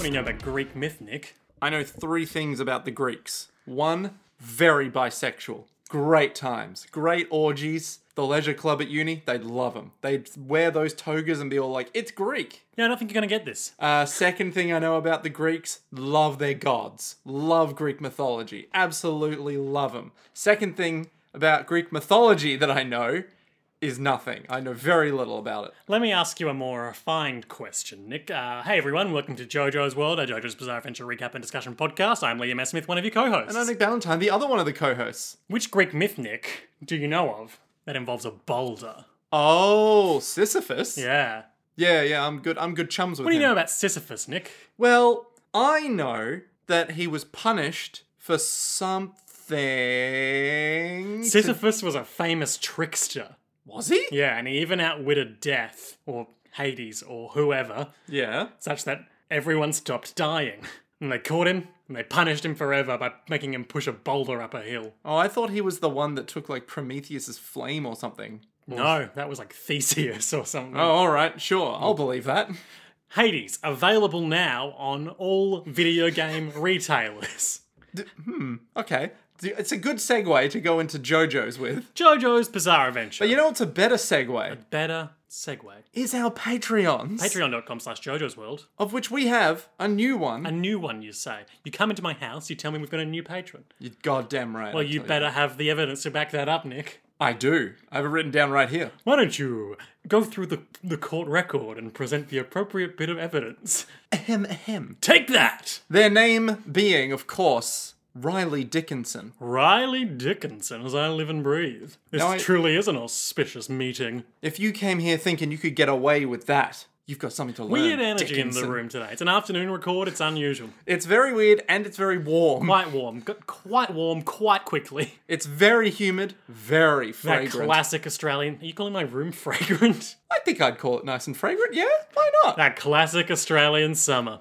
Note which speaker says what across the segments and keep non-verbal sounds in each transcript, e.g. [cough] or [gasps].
Speaker 1: we know about Greek myth, Nick.
Speaker 2: I know three things about the Greeks. One, very bisexual. Great times, great orgies. The leisure club at uni, they'd love them. They'd wear those togas and be all like, it's Greek.
Speaker 1: Yeah, I don't think you're going to get this.
Speaker 2: Uh, second thing I know about the Greeks, love their gods. Love Greek mythology. Absolutely love them. Second thing about Greek mythology that I know is nothing. I know very little about it.
Speaker 1: Let me ask you a more refined question, Nick. Uh, hey, everyone, welcome to JoJo's World, a JoJo's Bizarre Adventure recap and discussion podcast. I'm Liam S. Smith, one of your co hosts.
Speaker 2: And I think Valentine, the other one of the co hosts.
Speaker 1: Which Greek myth, Nick, do you know of that involves a boulder?
Speaker 2: Oh, Sisyphus.
Speaker 1: Yeah.
Speaker 2: Yeah, yeah, I'm good. I'm good chums with
Speaker 1: What do you
Speaker 2: him.
Speaker 1: know about Sisyphus, Nick?
Speaker 2: Well, I know that he was punished for something.
Speaker 1: Sisyphus was a famous trickster.
Speaker 2: was he?
Speaker 1: Yeah, and he even outwitted death, or Hades, or whoever,
Speaker 2: Yeah.
Speaker 1: such that everyone stopped dying. And they caught him, and they punished him forever by making him push a boulder up a hill.
Speaker 2: Oh, I thought he was the one that took like Prometheus's flame or something. [laughs]
Speaker 1: No, that was like Theseus or something.
Speaker 2: Oh, all right, sure, I'll believe that.
Speaker 1: Hades, available now on all video
Speaker 2: [laughs]
Speaker 1: game retailers.
Speaker 2: Okay, it's a good segue to go into JoJo's with.
Speaker 1: JoJo's Bizarre Adventure.
Speaker 2: But you know what's a better segue?
Speaker 1: Better segue.
Speaker 2: Is our Patreons,
Speaker 1: Patreon.com slash JoJo's World.
Speaker 2: of which we have a new one.
Speaker 1: A new one, you say. You come into my house, you tell me we've got a new patron.
Speaker 2: You're goddamn right.
Speaker 1: Well,
Speaker 2: I'll
Speaker 1: you
Speaker 2: tell
Speaker 1: better have the evidence to back that up, Nick.
Speaker 2: I do. I have it written down right here.
Speaker 1: Why don't you go through the, the court record and present the appropriate bit of evidence? [laughs]
Speaker 2: Ahem, ahem.
Speaker 1: Take that!
Speaker 2: Their name being, of course, Riley Dickinson.
Speaker 1: Riley Dickinson, as I live and breathe. This
Speaker 2: Now I-
Speaker 1: truly is an auspicious meeting.
Speaker 2: If you came here thinking you could get away with that, you've got something to learn.
Speaker 1: Weird energy
Speaker 2: Dickinson.
Speaker 1: in the room today. It's an afternoon record, it's unusual.
Speaker 2: It's very weird and it's very warm.
Speaker 1: Quite warm. Got quite warm quite quickly.
Speaker 2: It's very humid, very
Speaker 1: That
Speaker 2: fragrant.
Speaker 1: classic Australian. Are you calling my room [laughs] fragrant?
Speaker 2: I think I'd call it nice and fragrant. Yeah, why not? Mm.
Speaker 1: That classic Australian summer.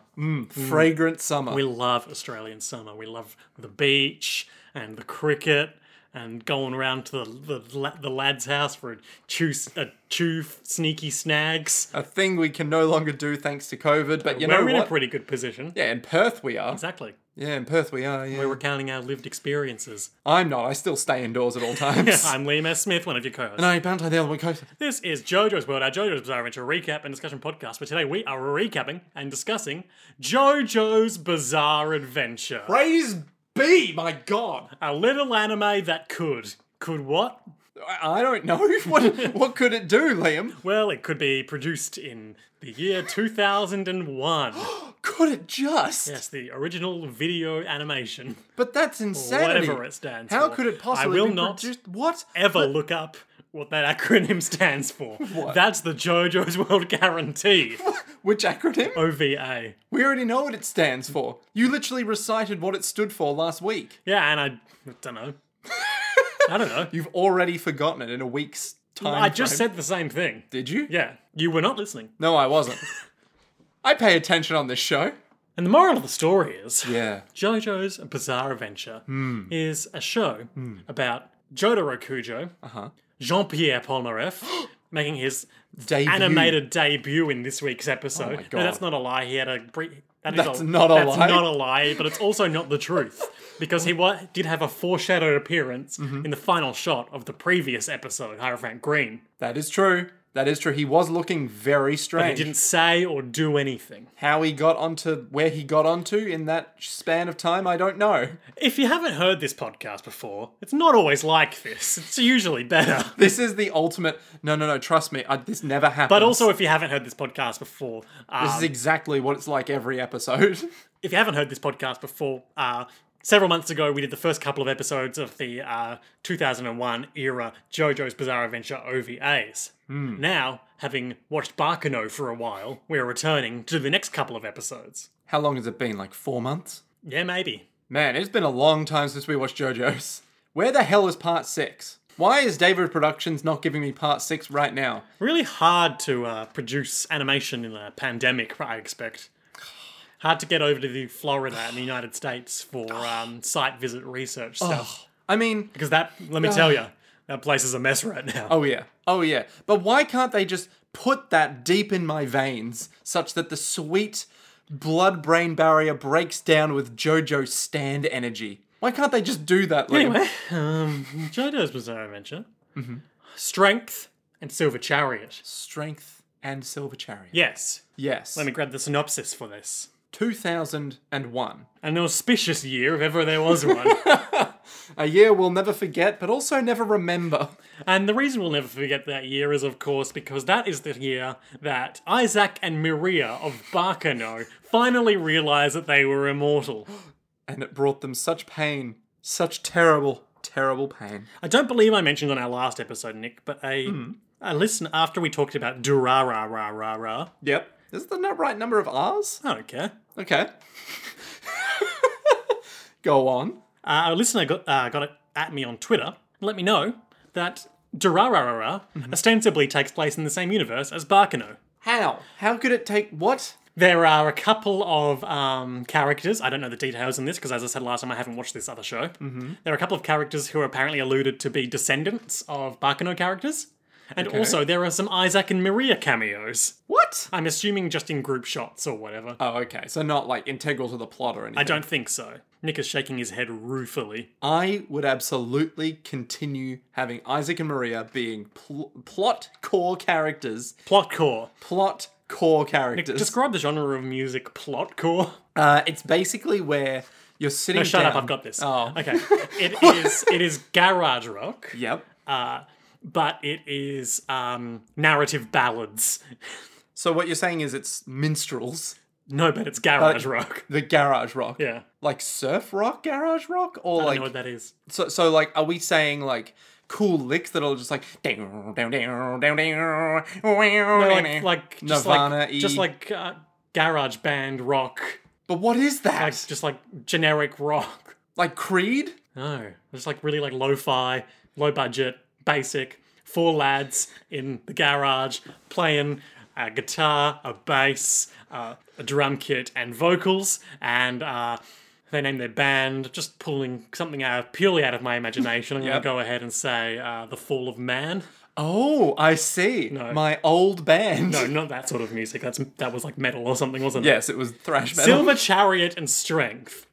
Speaker 2: Fragrant summer.
Speaker 1: We love Australian summer. We love the beach and the cricket and going around to the the, la- the lad's house for a chew, s- a chew f- sneaky snags.
Speaker 2: a thing we can no longer do thanks to COVID, but you know
Speaker 1: We're in a
Speaker 2: what?
Speaker 1: pretty good position.
Speaker 2: yeah, in Perth we are.
Speaker 1: Exactly.
Speaker 2: Yeah, in Perth we are. Yeah.
Speaker 1: We're recounting our lived experiences.
Speaker 2: I'm not. I still stay indoors
Speaker 1: [laughs]
Speaker 2: at all times.
Speaker 1: I'm Liam S. Smith, one of your co-hosts.
Speaker 2: no, Bounty the other one coast.
Speaker 1: This is JoJo's World, our JoJo's Bizarre Adventure recap and discussion podcast. But today we are recapping and discussing JoJo's Bizarre Adventure,
Speaker 2: Praise be, my God.
Speaker 1: a little anime that could. Could what?
Speaker 2: I- I don't know. [laughs] What what could it do, Liam?
Speaker 1: Well, it could be produced in the year
Speaker 2: [gasps]
Speaker 1: 2001.
Speaker 2: Could it just?
Speaker 1: yes, the original video animation,
Speaker 2: But that's insanity.
Speaker 1: whatever it stands
Speaker 2: How
Speaker 1: for.
Speaker 2: could it possibly
Speaker 1: I will
Speaker 2: be
Speaker 1: not
Speaker 2: produced? What?
Speaker 1: ever look up what that acronym [laughs] stands for. That's the JoJo's World
Speaker 2: [laughs]
Speaker 1: Guarantee,
Speaker 2: Which acronym?
Speaker 1: [laughs] OVA.
Speaker 2: We already know what it stands for. You literally recited what it stood for last week.
Speaker 1: Yeah, and I, I don't
Speaker 2: [laughs]
Speaker 1: know. I don't know.
Speaker 2: You've already forgotten it in a week's time.
Speaker 1: I just
Speaker 2: frame.
Speaker 1: said the same thing.
Speaker 2: Did you?
Speaker 1: Yeah, you were not listening.
Speaker 2: No, I wasn't. I pay attention on this show.
Speaker 1: And the moral of the story is
Speaker 2: Yeah.
Speaker 1: JoJo's Bizarre Adventure
Speaker 2: Hmm.
Speaker 1: is a show about Jotaro Kujo,
Speaker 2: Uh-huh.
Speaker 1: Jean Pierre Polnareff,
Speaker 2: [gasps]
Speaker 1: making his
Speaker 2: Debut. Oh
Speaker 1: animated debut in this week's episode.
Speaker 2: my
Speaker 1: No,
Speaker 2: God.
Speaker 1: that's not a lie. He had a brief.
Speaker 2: That's not a
Speaker 1: That's
Speaker 2: lie.
Speaker 1: not a lie, but it's also not the
Speaker 2: [laughs]
Speaker 1: truth. Because he wa- did have a foreshadowed appearance
Speaker 2: Mm-hmm.
Speaker 1: in the final shot of the previous episode, Hierophant Green.
Speaker 2: That is true. That is true. He was looking very
Speaker 1: He
Speaker 2: strange.
Speaker 1: didn't say or do anything.
Speaker 2: How he got onto where he got onto in that span of time, I don't know.
Speaker 1: If you haven't heard this podcast before, it's not always like this. It's usually better.
Speaker 2: This is the ultimate. No, no, no. Trust me, I, this never happens.
Speaker 1: But also, if you haven't heard this podcast before, uh,
Speaker 2: this is exactly what it's like every episode. [laughs]
Speaker 1: if you haven't heard this podcast before, uh, several months ago we did the first couple of episodes of the uh, 2001 era JoJo's Bizarre Adventure OVAs. Now, having watched Barkano for a while, we're returning to the next couple of episodes.
Speaker 2: How long has it been? Like four months?
Speaker 1: Yeah, maybe.
Speaker 2: Man, it's been a long time since we watched JoJo's. Where the hell is part six? Why is David Productions not giving me part six right now?
Speaker 1: Really hard to uh, produce animation in a pandemic, I expect. Hard to get over to the Florida and the United States for um, site visit research stuff.
Speaker 2: I mean,
Speaker 1: Because that, let me tell you, that place is a mess right now.
Speaker 2: oh yeah, oh yeah. But why can't they just put that deep in my veins such that the sweet blood brain barrier breaks down with JoJo stand energy. Why can't they just do that? Liam?
Speaker 1: Anyway, um, JoJo's Bizarre Adventure. Strength and Silver Chariot.
Speaker 2: Strength and Silver Chariot.
Speaker 1: Yes.
Speaker 2: Yes.
Speaker 1: Let me grab the synopsis for this.
Speaker 2: 2001.
Speaker 1: An auspicious year, if ever there was one.
Speaker 2: A year we'll never forget, but also never remember. [laughs]
Speaker 1: and the reason we'll never forget that year is, of course, because that is the year that Isaac and Maria of Barkano finally realized that they were immortal.
Speaker 2: And it brought them such pain, such terrible, terrible pain.
Speaker 1: I don't believe I mentioned on our last episode, Nick, but a, a listen after we talked about Durara ra ra ra.
Speaker 2: Yep. Is that the right number of R's?
Speaker 1: I don't care.
Speaker 2: Okay. [laughs] Go on.
Speaker 1: Uh, a listener got uh, got it at me on Twitter. Let me know that Durarara ostensibly takes place in the same universe as Barkano.
Speaker 2: How? How could it take what?
Speaker 1: There are a couple of um, characters. I don't know the details on this because, as I said last time, I haven't watched this other show. Mm-hmm. There are a couple of characters who are apparently alluded to be descendants of Barkano characters, and also there are some Isaac and Maria cameos.
Speaker 2: What?
Speaker 1: I'm assuming just in group shots or whatever.
Speaker 2: Oh, okay. So not like integral to the plot or anything.
Speaker 1: I don't think so. Nick is shaking his head ruefully.
Speaker 2: I would absolutely continue having Isaac and Maria being pl- plot core characters.
Speaker 1: Plot core.
Speaker 2: Plot core characters.
Speaker 1: Describe the genre of music plot core.
Speaker 2: Uh, it's basically where you're sitting.
Speaker 1: No, shut up!
Speaker 2: down-
Speaker 1: I've got this.
Speaker 2: Oh.
Speaker 1: okay. It is it is garage rock,
Speaker 2: Yep.
Speaker 1: uh, but it is um, narrative ballads.
Speaker 2: So what you're saying is it's minstrels,
Speaker 1: No, but it's garage
Speaker 2: Uh,
Speaker 1: rock.
Speaker 2: the garage rock,
Speaker 1: Yeah,
Speaker 2: like surf rock, garage rock, or
Speaker 1: I
Speaker 2: like
Speaker 1: know what that is.
Speaker 2: so. So like, are we saying like cool licks that are just like down down down down down?
Speaker 1: No, like like just like
Speaker 2: Nirvana-y.
Speaker 1: just like uh, garage band rock,
Speaker 2: but what is that?
Speaker 1: like just like generic rock. [laughs]
Speaker 2: like Creed?
Speaker 1: No, just like really like lo-fi, low budget, basic. Four lads in the garage playing a guitar, a bass, uh, a drum kit, and vocals, and uh, they name their band. Just pulling something out purely out of my imagination. I'm
Speaker 2: Yep.
Speaker 1: gonna go ahead and say uh, the Fall of Man.
Speaker 2: Oh, I see. My old band. [laughs]
Speaker 1: No, not that sort of music. That's that was like metal or something, wasn't it?
Speaker 2: Yes, it was thrash metal. Mm-hmm.
Speaker 1: Silver Chariot and Strength.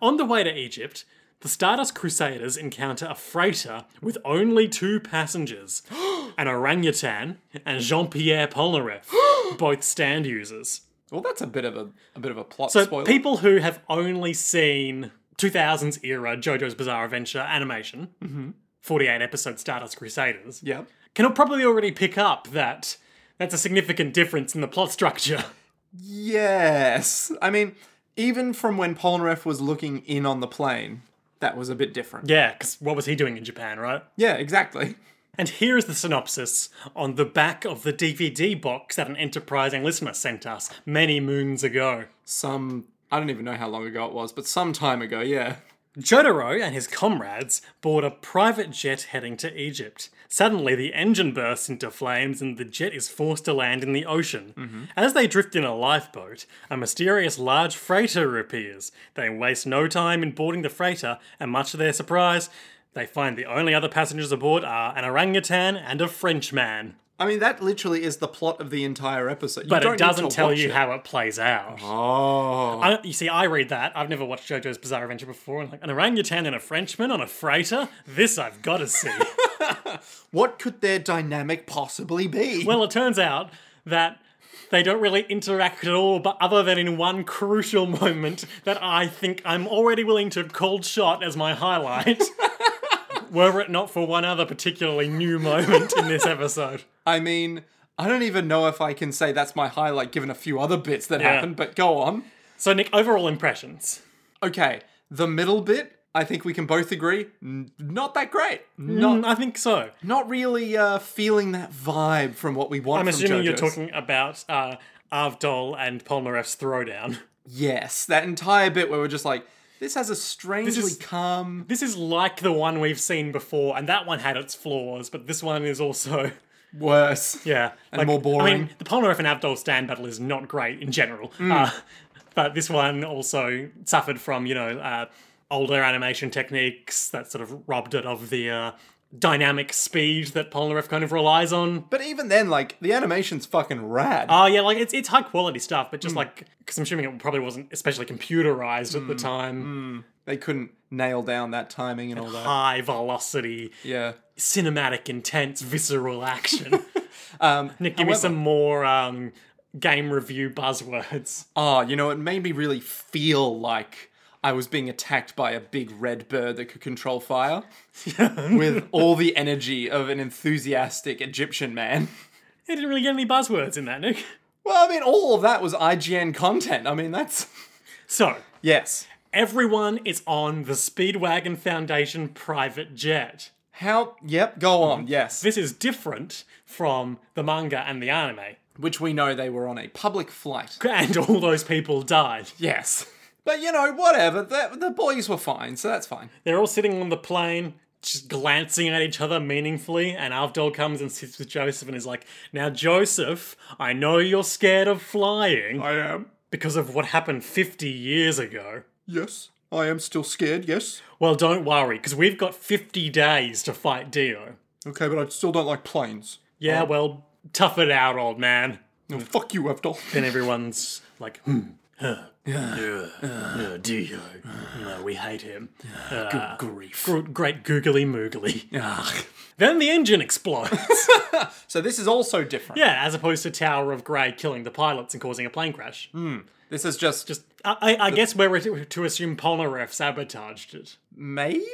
Speaker 1: On the way to Egypt, the Stardust Crusaders encounter a freighter with only two
Speaker 2: [gasps]
Speaker 1: passengers an orangutan and Jean Pierre
Speaker 2: [gasps]
Speaker 1: Polnareff, both stand users.
Speaker 2: Well, that's a bit of a, a bit of a plot
Speaker 1: So,
Speaker 2: spoiler.
Speaker 1: people who have only seen 2000s era JoJo's Bizarre Adventure animation,
Speaker 2: Mm-hmm.
Speaker 1: 48 episode Stardust Crusaders,
Speaker 2: yep.
Speaker 1: can probably already pick up that that's a significant difference in the plot structure.
Speaker 2: Yes. I mean, even from when Polnareff was looking in on the plane, that was a bit different.
Speaker 1: Yeah, because what was he doing in Japan, right?
Speaker 2: Yeah, exactly.
Speaker 1: And here is the synopsis on the back of the DVD box that an enterprising listener sent us many moons ago.
Speaker 2: Some I don't even know how long ago it was, but some time ago, yeah.
Speaker 1: Jotaro and his comrades board a private jet heading to Egypt. Suddenly, the engine bursts into flames and the jet is forced to land in the ocean.
Speaker 2: Mm-hmm.
Speaker 1: As they drift in a lifeboat, a mysterious large freighter appears. They waste no time in boarding the freighter, and much to their surprise, they find the only other passengers aboard are an orangutan and a Frenchman.
Speaker 2: I mean, that literally is the plot of the entire episode. You
Speaker 1: but
Speaker 2: don't
Speaker 1: it
Speaker 2: need
Speaker 1: doesn't
Speaker 2: to
Speaker 1: tell
Speaker 2: watch
Speaker 1: you
Speaker 2: it. Uh-huh.
Speaker 1: how it plays out.
Speaker 2: Oh.
Speaker 1: I, you see, I read that. I've never watched JoJo's Bizarre Adventure before, and like an orangutan and a Frenchman on a freighter. This I've got to see.
Speaker 2: What could their dynamic possibly be?
Speaker 1: well, it turns out that they don't really interact at all, but other than in one crucial moment that I think I'm already willing to cold shot as my highlight. Were it not for one other particularly new moment in this episode.
Speaker 2: I mean, I don't even know if I can say that's my highlight given a few other bits that happened, but go on.
Speaker 1: So, Nick, overall impressions.
Speaker 2: Okay, the middle bit, I think we can both agree, n- not that great. Not
Speaker 1: Mm, I think so.
Speaker 2: not really uh, feeling that vibe from what we want
Speaker 1: I'm
Speaker 2: from
Speaker 1: assuming you're
Speaker 2: JoJo's.
Speaker 1: talking about uh, Avdol and Polnareff's throwdown.
Speaker 2: Yes, that entire bit where we're just like, this has a strangely
Speaker 1: is-
Speaker 2: calm.
Speaker 1: This is like the one we've seen before, and that one had its flaws, but this one is also,
Speaker 2: Worse.
Speaker 1: yeah, and
Speaker 2: more
Speaker 1: I
Speaker 2: boring.
Speaker 1: mean, the Polnareff and Avdol stand battle is not great in general, uh, but this one also suffered from you know uh, older animation techniques that sort of robbed it of the uh, dynamic speed that Polnareff kind of relies on.
Speaker 2: But even then, like the animation's fucking rad.
Speaker 1: Oh yeah, like it's it's high quality stuff, but just like because I'm assuming it probably wasn't especially computerized at the time.
Speaker 2: they couldn't nail down that timing and all that.
Speaker 1: High velocity,
Speaker 2: Yeah.
Speaker 1: cinematic, intense, visceral [laughs] action.
Speaker 2: Um,
Speaker 1: Nick, give me some more um, game review buzzwords.
Speaker 2: Ah, you know, it made me really feel like I was being attacked by a big red bird that could control [laughs] fire with all the energy of an enthusiastic Egyptian man. [laughs]
Speaker 1: I didn't really get any buzzwords in that, Nick.
Speaker 2: Well, I mean, all of that was IGN content. I mean, that's. [laughs]
Speaker 1: So
Speaker 2: Yes.
Speaker 1: everyone is on the Speedwagon Foundation private jet.
Speaker 2: How. Yep, go on. Yes.
Speaker 1: This is different from the manga and the anime,
Speaker 2: Which we know they were on a public flight.
Speaker 1: and [laughs] all those people died.
Speaker 2: Yes. But, you know, whatever. The, the boys were fine, so that's fine.
Speaker 1: They're all sitting on the plane, just glancing at each other meaningfully, and Avdol comes and sits with Joseph and is like, Now, Joseph, I know you're scared of flying
Speaker 2: I am.
Speaker 1: because of what happened 50 years ago.
Speaker 2: Yes. I am still scared, yes.
Speaker 1: Well, don't worry, because we've got 50 days to fight Dio.
Speaker 2: Okay, but I still don't like planes.
Speaker 1: Yeah, well, tough it out, old man.
Speaker 2: No, fuck you, Evdol.
Speaker 1: Then everyone's like, hmm. Huh. Uh, Dio. No, we hate him. Uh,
Speaker 2: Grief. [laughs]
Speaker 1: gr- great googly moogly. Ah. Then the engine explodes. [laughs]
Speaker 2: So this is also different.
Speaker 1: Yeah, as opposed to Tower of Grey killing the pilots and causing a plane crash.
Speaker 2: This is just, just
Speaker 1: Just, I, I, I guess we're to to assume Polnareff sabotaged it
Speaker 2: maybe.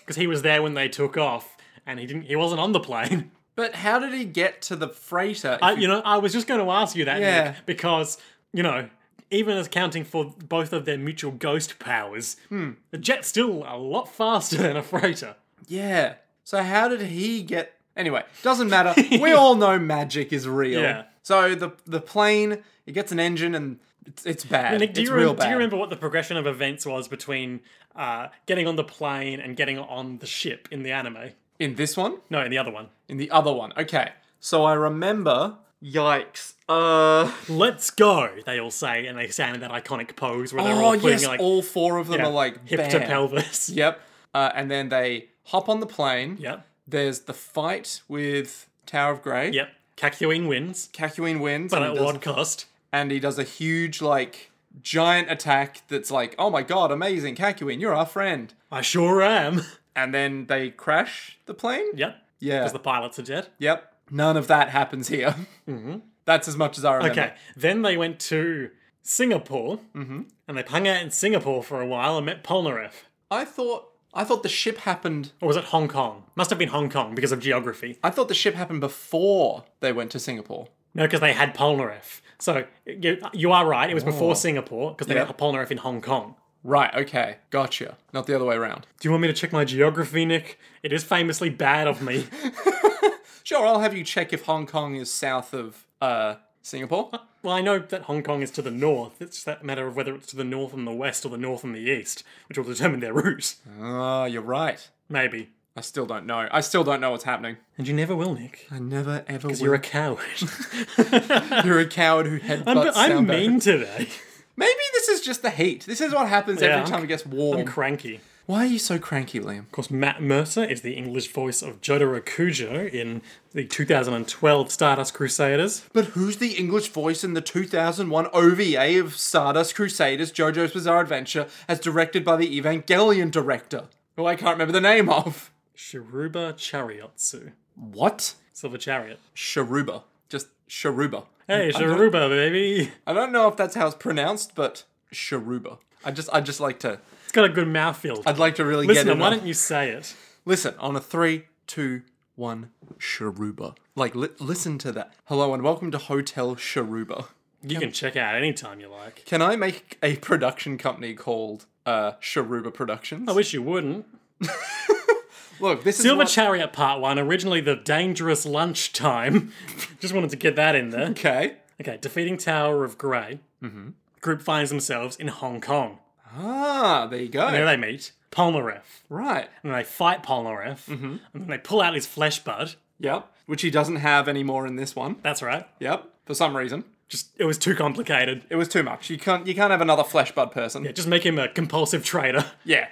Speaker 1: because he was there when they took off, and he didn't. He wasn't on the plane.
Speaker 2: But how did he get to the freighter? if
Speaker 1: I,
Speaker 2: he-
Speaker 1: you know, I was just going to ask you that,
Speaker 2: Yeah.
Speaker 1: Nick, because you know, even accounting for both of their mutual ghost powers,
Speaker 2: Hmm.
Speaker 1: the jet's still a lot faster than a freighter.
Speaker 2: yeah. So how did he get? Anyway,
Speaker 1: [laughs]
Speaker 2: doesn't matter. we all know magic is real.
Speaker 1: Yeah.
Speaker 2: So the the plane it gets an engine and it's, it's bad.
Speaker 1: Nick, do,
Speaker 2: it's
Speaker 1: you, rem-
Speaker 2: real
Speaker 1: do
Speaker 2: bad.
Speaker 1: you remember what the progression of events was between uh, getting on the plane and getting on the ship in the anime?
Speaker 2: in this one?
Speaker 1: No, in the other one.
Speaker 2: In the other one? Okay. So I remember. Yikes. Uh.
Speaker 1: let's go, they all say, and they stand in that iconic pose where they're
Speaker 2: Oh
Speaker 1: all putting
Speaker 2: yes,
Speaker 1: like
Speaker 2: all four of them
Speaker 1: yeah,
Speaker 2: are like
Speaker 1: hip to
Speaker 2: bam. [laughs]
Speaker 1: pelvis.
Speaker 2: Yep. Uh, and then they hop on the plane.
Speaker 1: Yep.
Speaker 2: There's the fight with Tower of Grey.
Speaker 1: Yep. Cacuine wins,
Speaker 2: Kakuin wins,
Speaker 1: but
Speaker 2: and,
Speaker 1: at
Speaker 2: he does,
Speaker 1: what cost?
Speaker 2: and he does a huge like giant attack that's like, oh my god, amazing, Kakuin, you're our friend.
Speaker 1: I sure am. [laughs]
Speaker 2: And then they crash the plane.
Speaker 1: Yep.
Speaker 2: Yeah.
Speaker 1: Because the pilots are dead.
Speaker 2: Yep. None of that happens here. [laughs] Mm-hmm. That's as much as I remember.
Speaker 1: Okay. Then they went to Singapore, mm-hmm. and they hung out in Singapore for a while and met Polnareff.
Speaker 2: I thought I thought the ship happened.
Speaker 1: Or was it Hong Kong? Must have been Hong Kong because of geography.
Speaker 2: I thought the ship happened before they went to Singapore.
Speaker 1: No, because they had Polnareff. So you, you are right. It was before Singapore because they
Speaker 2: Yep.
Speaker 1: had Polnareff in Hong Kong.
Speaker 2: Right. Okay. Gotcha. Not the other way around.
Speaker 1: Do you want me to check my geography, Nick? It is famously bad of me.
Speaker 2: Sure. I'll have you check if Hong Kong is south of uh Singapore. [laughs]
Speaker 1: Well, I know that Hong Kong is to the north. It's just that matter of whether it's to the north and the west or the north and the east, which will determine their route.
Speaker 2: Ah, you're right.
Speaker 1: Maybe.
Speaker 2: I still don't know. I still don't know what's happening.
Speaker 1: And you never will, Nick.
Speaker 2: I never ever will.
Speaker 1: You're a coward.
Speaker 2: You're a coward who headbutts
Speaker 1: [laughs] I'm, I'm
Speaker 2: sound
Speaker 1: mean
Speaker 2: barriers.
Speaker 1: today. [laughs]
Speaker 2: Maybe this is just the heat. This is what happens
Speaker 1: I'm
Speaker 2: every time it gets warm.
Speaker 1: I'm cranky. Of
Speaker 2: Why are you so cranky, Liam?
Speaker 1: course, Matt Mercer is the English voice of Jotaro Kujo in the 2012 Stardust Crusaders.
Speaker 2: But who's the English voice in the 2001 OVA of Stardust Crusaders JoJo's Bizarre Adventure as directed by the Evangelion director? Who I can't remember the name of.
Speaker 1: Shiruba Chariotsu.
Speaker 2: What?
Speaker 1: Silver Chariot.
Speaker 2: Sharuba. Just Sharuba.
Speaker 1: Hey, Shiruba, baby.
Speaker 2: I don't know if that's how it's pronounced, but Sharuba. I just I just like to
Speaker 1: It's got a good mouthfeel.
Speaker 2: I'd like to really
Speaker 1: Listen,
Speaker 2: get it.
Speaker 1: why
Speaker 2: on-
Speaker 1: don't you say it?
Speaker 2: Listen, on a three, two, one, Sharuba. Like, li- listen to that. Hello and welcome to Hotel Sharuba.
Speaker 1: You can check out anytime you like.
Speaker 2: Can I make a production company called uh, Sharuba Productions?
Speaker 1: I wish you wouldn't.
Speaker 2: Look, this
Speaker 1: Oh, Silver
Speaker 2: is what-
Speaker 1: Chariot Part 1, originally the dangerous lunchtime. [laughs] Just wanted to get that in there.
Speaker 2: okay.
Speaker 1: Okay, defeating Tower of gray
Speaker 2: Mm-hmm.
Speaker 1: Group finds themselves in Hong Kong.
Speaker 2: Ah, there you go.
Speaker 1: There they meet Polnareff.
Speaker 2: Right.
Speaker 1: And they fight Polnareff.
Speaker 2: Mm-hmm.
Speaker 1: And then they pull out his flesh bud.
Speaker 2: Yep. Which he doesn't have anymore in this one.
Speaker 1: That's right.
Speaker 2: Yep. For some reason,
Speaker 1: Just It was too complicated.
Speaker 2: it was too much. You can't. You can't have another flesh bud person.
Speaker 1: Just make him a
Speaker 2: [laughs]
Speaker 1: compulsive trader.
Speaker 2: Yeah.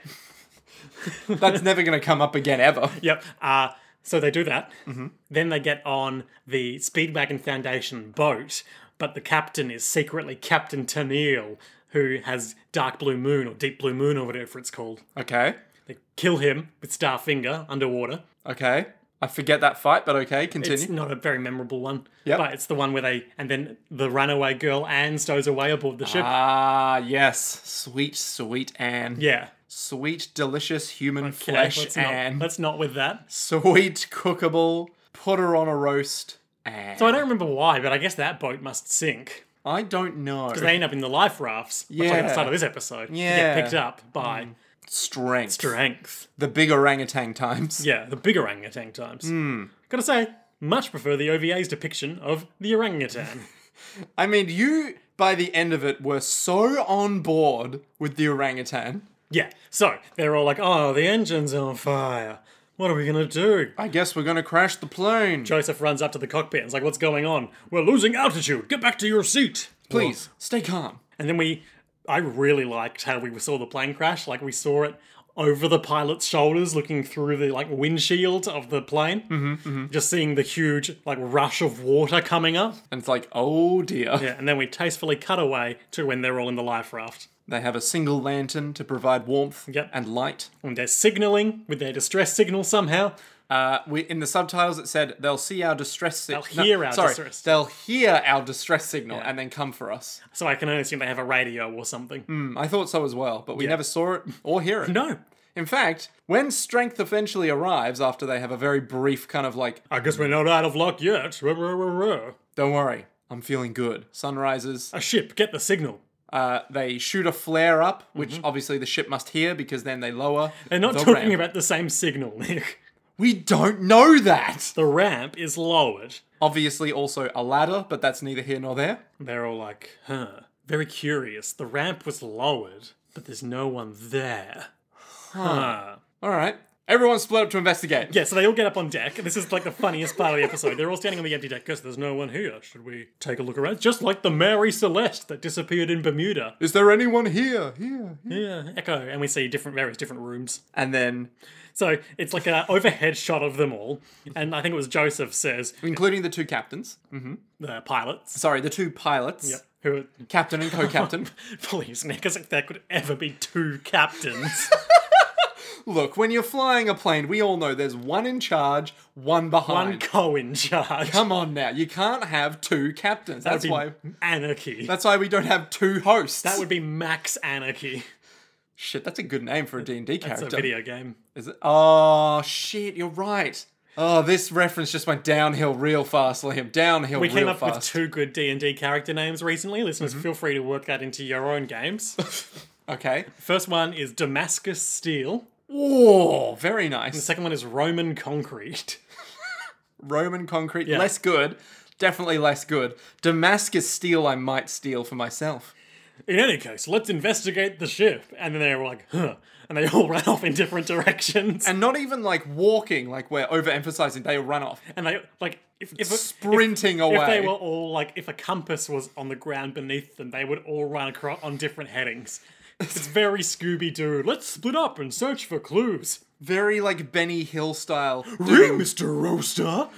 Speaker 2: That's never going to come up again ever.
Speaker 1: [laughs] yep. Uh, So they do that.
Speaker 2: Mm-hmm.
Speaker 1: Then they get on the Speedwagon Foundation boat, but the captain is secretly Captain Tennille, who has Dark Blue Moon or Deep Blue Moon or whatever it's called.
Speaker 2: Okay.
Speaker 1: They kill him with Starfinger underwater.
Speaker 2: Okay. I forget that fight, but okay, continue.
Speaker 1: It's not a very memorable one.
Speaker 2: Yep.
Speaker 1: But it's the one where they and then the runaway girl Anne stows away aboard the ship.
Speaker 2: Ah, yes. Sweet, sweet Anne.
Speaker 1: yeah.
Speaker 2: Sweet, delicious human
Speaker 1: Okay,
Speaker 2: flesh
Speaker 1: let's not-
Speaker 2: Anne.
Speaker 1: let's not with that.
Speaker 2: Sweet, cookable, put her on a roast Anne.
Speaker 1: So I don't remember why, but I guess that boat must sink.
Speaker 2: I don't know.
Speaker 1: They end up in the life rafts, much like at the
Speaker 2: Yeah.
Speaker 1: start of this episode. Yeah.
Speaker 2: Yeah. Hmm.
Speaker 1: Get picked up by
Speaker 2: Strength.
Speaker 1: strength.
Speaker 2: The big orangutan times.
Speaker 1: Yeah, the big orangutan times.
Speaker 2: Hmm.
Speaker 1: Gotta say, much prefer the OVA's depiction of the
Speaker 2: [laughs]
Speaker 1: orangutan.
Speaker 2: I mean, you, by the end of it, were so on board with the orangutan.
Speaker 1: yeah, so they're all like, oh, the engine's on fire. What are we gonna do?
Speaker 2: I guess we're gonna crash the plane.
Speaker 1: Joseph runs up to the cockpit and is like, what's going on? We're losing altitude. Get back to your seat.
Speaker 2: Please, stay calm.
Speaker 1: And then we, I really liked how we saw the plane crash. Like we saw it over the pilot's shoulders, looking through the like windshield of the plane, mm-hmm, just seeing the huge like rush of water coming up.
Speaker 2: And it's like, oh dear.
Speaker 1: Yeah, and then we tastefully cut away to when they're all in the life raft.
Speaker 2: They have a single lantern to provide warmth
Speaker 1: Yep.
Speaker 2: and light.
Speaker 1: And they're signaling with their distress signal somehow.
Speaker 2: Uh, we, in the subtitles, it said they'll see our distress signal.
Speaker 1: They'll hear our
Speaker 2: sorry,
Speaker 1: distress-
Speaker 2: They'll hear our distress signal and then come for us.
Speaker 1: So I can only assume they have a radio or something.
Speaker 2: Hmm, I thought so as well, but we never saw it or hear it.
Speaker 1: No.
Speaker 2: In fact, when strength eventually arrives after they have a very brief kind of like,
Speaker 1: I guess we're not out of luck yet. Ruh, ruh, ruh, ruh.
Speaker 2: don't worry, I'm feeling good. Sun rises.
Speaker 1: A ship, get the signal.
Speaker 2: Uh, they shoot a flare up, which obviously the ship must hear because then they lower.
Speaker 1: Mm-hmm. They're not
Speaker 2: the
Speaker 1: talking
Speaker 2: ramp.
Speaker 1: about the same signal, Nick.
Speaker 2: We don't know that.
Speaker 1: The ramp is lowered.
Speaker 2: Obviously, also a ladder, but that's neither here nor there.
Speaker 1: They're all like, huh. Very curious. The ramp was lowered, but there's no one there. Huh.
Speaker 2: All right, everyone split up to investigate.
Speaker 1: Yeah, so they all get up on deck. This is like the funniest part of the episode. They're all standing on the empty deck because there's no one here. Should we take a look around? Just like the Mary Celeste that disappeared in Bermuda.
Speaker 2: Is there anyone here? Here. here.
Speaker 1: Yeah, echo. And we see different various different rooms.
Speaker 2: And then,
Speaker 1: So it's like an overhead shot of them all. And I think it was Joseph says,
Speaker 2: including the two captains.
Speaker 1: the pilots,
Speaker 2: Sorry, the two pilots.
Speaker 1: who
Speaker 2: Captain
Speaker 1: [laughs]
Speaker 2: and co-captain.
Speaker 1: please, Nick, as if there could ever be two captains.
Speaker 2: Look, when you're flying a plane, we all know there's one in charge, one behind.
Speaker 1: One co in charge.
Speaker 2: Come on now, you can't have two captains.
Speaker 1: That would
Speaker 2: That's
Speaker 1: be
Speaker 2: why.
Speaker 1: anarchy.
Speaker 2: That's why we don't have two hosts.
Speaker 1: that would be max anarchy. [laughs]
Speaker 2: Shit, that's a good name for a D&D
Speaker 1: It's
Speaker 2: character.
Speaker 1: a video game.
Speaker 2: Is it? Oh shit, you're right. Oh, this reference just went downhill real fast, Liam. Downhill
Speaker 1: We
Speaker 2: real
Speaker 1: came up with
Speaker 2: fast. Mm-hmm.
Speaker 1: two good D and D character names recently. Listeners, feel free to work that into your own
Speaker 2: [laughs]
Speaker 1: games.
Speaker 2: Okay.
Speaker 1: First one is Damascus Steel.
Speaker 2: Whoa, very
Speaker 1: The
Speaker 2: nice.
Speaker 1: second one is Roman Concrete. [laughs]
Speaker 2: Roman concrete, less good. Definitely less good. Damascus steel, I might steal for myself.
Speaker 1: In any case, let's investigate the ship. And then they were like, huh. And they all [laughs] ran off in different directions. And,
Speaker 2: And not even like walking, like we're overemphasizing. They run off,
Speaker 1: they, like, if, if, if,
Speaker 2: sprinting away.
Speaker 1: if they were all, like, if a compass was on the ground beneath them, they would all run across on different
Speaker 2: [laughs]
Speaker 1: headings. It's very Scooby Doo. Let's split up and search for clues.
Speaker 2: Very like Benny Hill style.
Speaker 1: Mr. Roaster.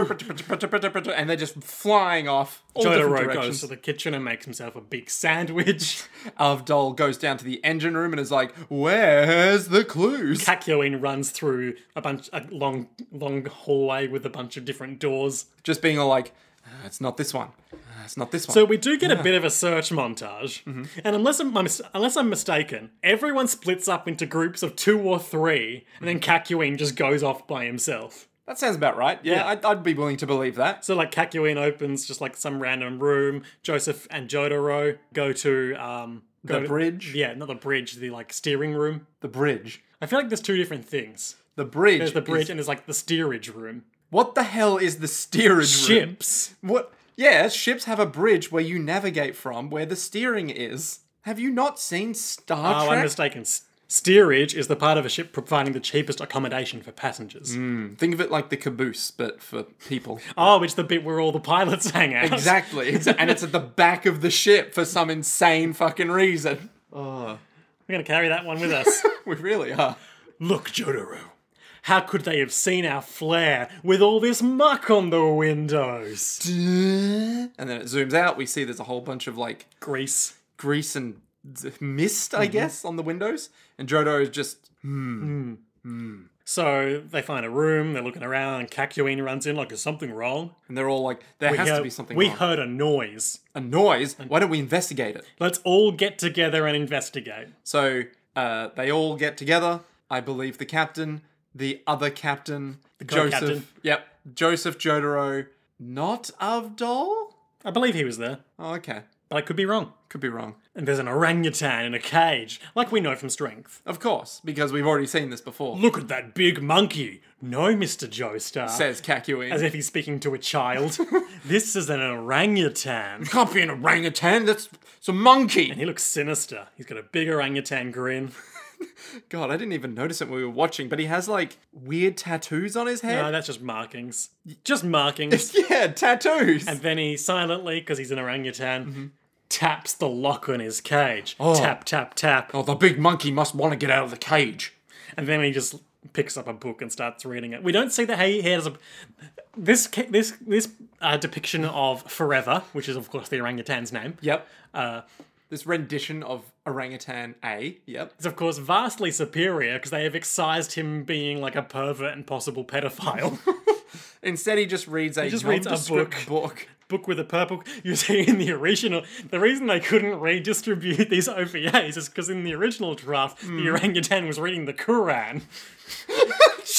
Speaker 2: and they're just flying off. All different
Speaker 1: Jotaro
Speaker 2: directions.
Speaker 1: goes to the kitchen and makes himself a big sandwich.
Speaker 2: [laughs] Avdol goes down to the engine room and is like, "Where's the clues?"
Speaker 1: Kakyoin runs through a bunch, a long, long hallway with a bunch of different doors.
Speaker 2: Just being all like, "Uh, "It's not this one. Uh, It's not this one."
Speaker 1: So we do get a bit of a search montage,
Speaker 2: Mm-hmm.
Speaker 1: and unless I'm, I'm unless I'm mistaken, everyone splits up into groups of two or three, and then
Speaker 2: Mm-hmm.
Speaker 1: Kakyoin just goes off by himself.
Speaker 2: that sounds about right. Yeah, I'd, I'd be willing to believe that.
Speaker 1: So like Kakyoin opens just like some random room. Joseph and Jotaro go to um
Speaker 2: The
Speaker 1: go to-
Speaker 2: bridge.
Speaker 1: yeah, not the bridge, the like steering room.
Speaker 2: The bridge.
Speaker 1: I feel like there's two different things.
Speaker 2: The bridge.
Speaker 1: There's the
Speaker 2: is-
Speaker 1: bridge and there's like the steerage room.
Speaker 2: what the hell is the steerage room?
Speaker 1: Ships.
Speaker 2: What? Yeah, ships have a bridge where you navigate from, where the steering is. Have you not seen Star
Speaker 1: Oh, I'm
Speaker 2: Trek?
Speaker 1: mistaken. S- Steerage is the part of a ship providing the cheapest accommodation for passengers.
Speaker 2: Mm. Think of it like the caboose, but for
Speaker 1: [laughs]
Speaker 2: people.
Speaker 1: Oh, it's the bit where all the pilots [laughs] hang out.
Speaker 2: exactly. It's- and it's at the back of the ship for some insane fucking reason. [laughs]
Speaker 1: We're going to carry that one with us.
Speaker 2: We really are. [laughs]
Speaker 1: Look, Jotaro. How could they have seen our flare with all this muck on the windows?
Speaker 2: And then it zooms out. We see there's a whole bunch of like
Speaker 1: Grease.
Speaker 2: grease and d- mist,
Speaker 1: Mm-hmm.
Speaker 2: I guess, on the windows. And Jodo is just
Speaker 1: So they find a room, they're looking around, Kakuin runs in like, is something wrong?
Speaker 2: and they're all like, there has
Speaker 1: Yeah,
Speaker 2: to be something
Speaker 1: we
Speaker 2: wrong.
Speaker 1: heard a noise.
Speaker 2: a noise. Why don't we investigate it?
Speaker 1: Let's all get together and investigate.
Speaker 2: So uh, they all get together. I believe the captain, the other captain, Joseph.
Speaker 1: co-captain.
Speaker 2: Yep, Joseph Jotaro, not Avdol.
Speaker 1: I believe he was there,
Speaker 2: Oh, okay,
Speaker 1: but I could be wrong.
Speaker 2: could be wrong.
Speaker 1: And there's an orangutan in a cage, like we know from Strength.
Speaker 2: Of course, because we've already seen this before.
Speaker 1: Look at that big monkey. No, Mr. Joestar.
Speaker 2: Says Kakui.
Speaker 1: as if he's speaking to a child. this is an orangutan.
Speaker 2: can't be an orangutan. That's it's a monkey.
Speaker 1: He looks sinister. He's got a big orangutan grin.
Speaker 2: God, I didn't even notice it when we were watching. But he has like weird tattoos on his
Speaker 1: No,
Speaker 2: head.
Speaker 1: Uh, that's just markings. Just markings.
Speaker 2: [laughs] yeah, tattoos.
Speaker 1: And then he silently, because he's an orangutan, taps the lock on his cage. Tap, tap, tap.
Speaker 2: oh, the big monkey must want to get out of the cage.
Speaker 1: And then he just picks up a book and starts reading it. We don't see that he has a. This ca- this this uh, depiction of forever, which is of course the orangutan's name,
Speaker 2: Yep. Uh, this rendition of orangutan A. Yep.
Speaker 1: is of course vastly superior because they have excised him being like a pervert and possible pedophile. [laughs]
Speaker 2: Instead, he just reads a
Speaker 1: just reads a
Speaker 2: nondescript book.
Speaker 1: book with a purple. You see, in the original, the reason they couldn't redistribute these OVAs is because in the original draft,
Speaker 2: Hmm.
Speaker 1: the orangutan was reading the Quran.
Speaker 2: [laughs]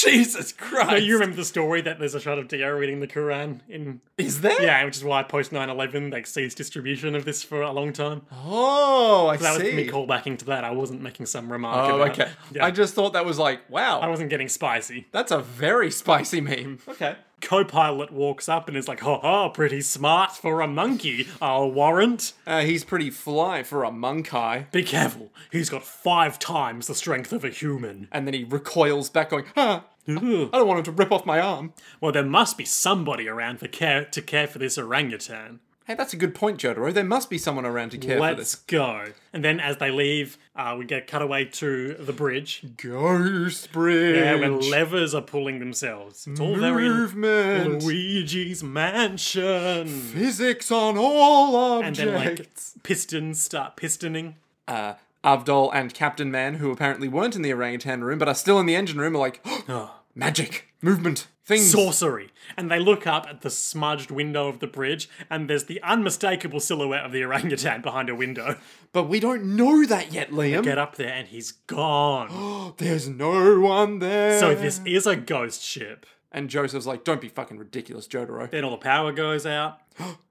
Speaker 2: Jesus
Speaker 1: So
Speaker 2: Christ!
Speaker 1: you remember the story that there's a shot of Dio reading the Quran in
Speaker 2: is there?
Speaker 1: yeah, which is why post 9-11 they ceased distribution of this for a long time.
Speaker 2: Oh, I
Speaker 1: that was me
Speaker 2: see.
Speaker 1: callbacking to that. I wasn't making some remark.
Speaker 2: Oh,
Speaker 1: about-
Speaker 2: okay.
Speaker 1: Yeah,
Speaker 2: I just thought that was like,
Speaker 1: I
Speaker 2: wow,
Speaker 1: wasn't getting spicy.
Speaker 2: that's a very spicy meme. Okay.
Speaker 1: Co-pilot walks up and is like, "Ha ha, pretty smart for a monkey. I'll warrant."
Speaker 2: Uh, he's pretty fly for a monkey.
Speaker 1: Be careful. He's got five times the strength of a human.
Speaker 2: And then he recoils back, going, huh,
Speaker 1: Ugh.
Speaker 2: I don't want him to rip off my arm.
Speaker 1: Well, there must be somebody around for care to care for this orangutan.
Speaker 2: Hey, that's a good point, Jotaro. There must be someone around to care for
Speaker 1: Let's
Speaker 2: this.
Speaker 1: go. And then as they leave, uh, we get cutaway to the bridge.
Speaker 2: Ghost Bridge.
Speaker 1: Yeah, where levers are pulling themselves. It's all very
Speaker 2: Movement.
Speaker 1: Luigi's mansion.
Speaker 2: Physics on all
Speaker 1: And
Speaker 2: objects.
Speaker 1: then like pistons start pistoning.
Speaker 2: uh, Avdol and Captain Man, who apparently weren't in the orangutan room but are still in the engine room,
Speaker 1: [gasps]
Speaker 2: are like, [gasps]
Speaker 1: Oh.
Speaker 2: magic, movement, things.
Speaker 1: Sorcery. And they look up at the smudged window of the bridge, and there's the unmistakable silhouette of the orangutan behind a window. [laughs]
Speaker 2: But we don't know that yet, Liam.
Speaker 1: Get up there, and he's gone.
Speaker 2: [gasps] There's no one there.
Speaker 1: so this is a ghost ship.
Speaker 2: and Joseph's like, don't be fucking ridiculous, Jotaro.
Speaker 1: Then all the power goes out.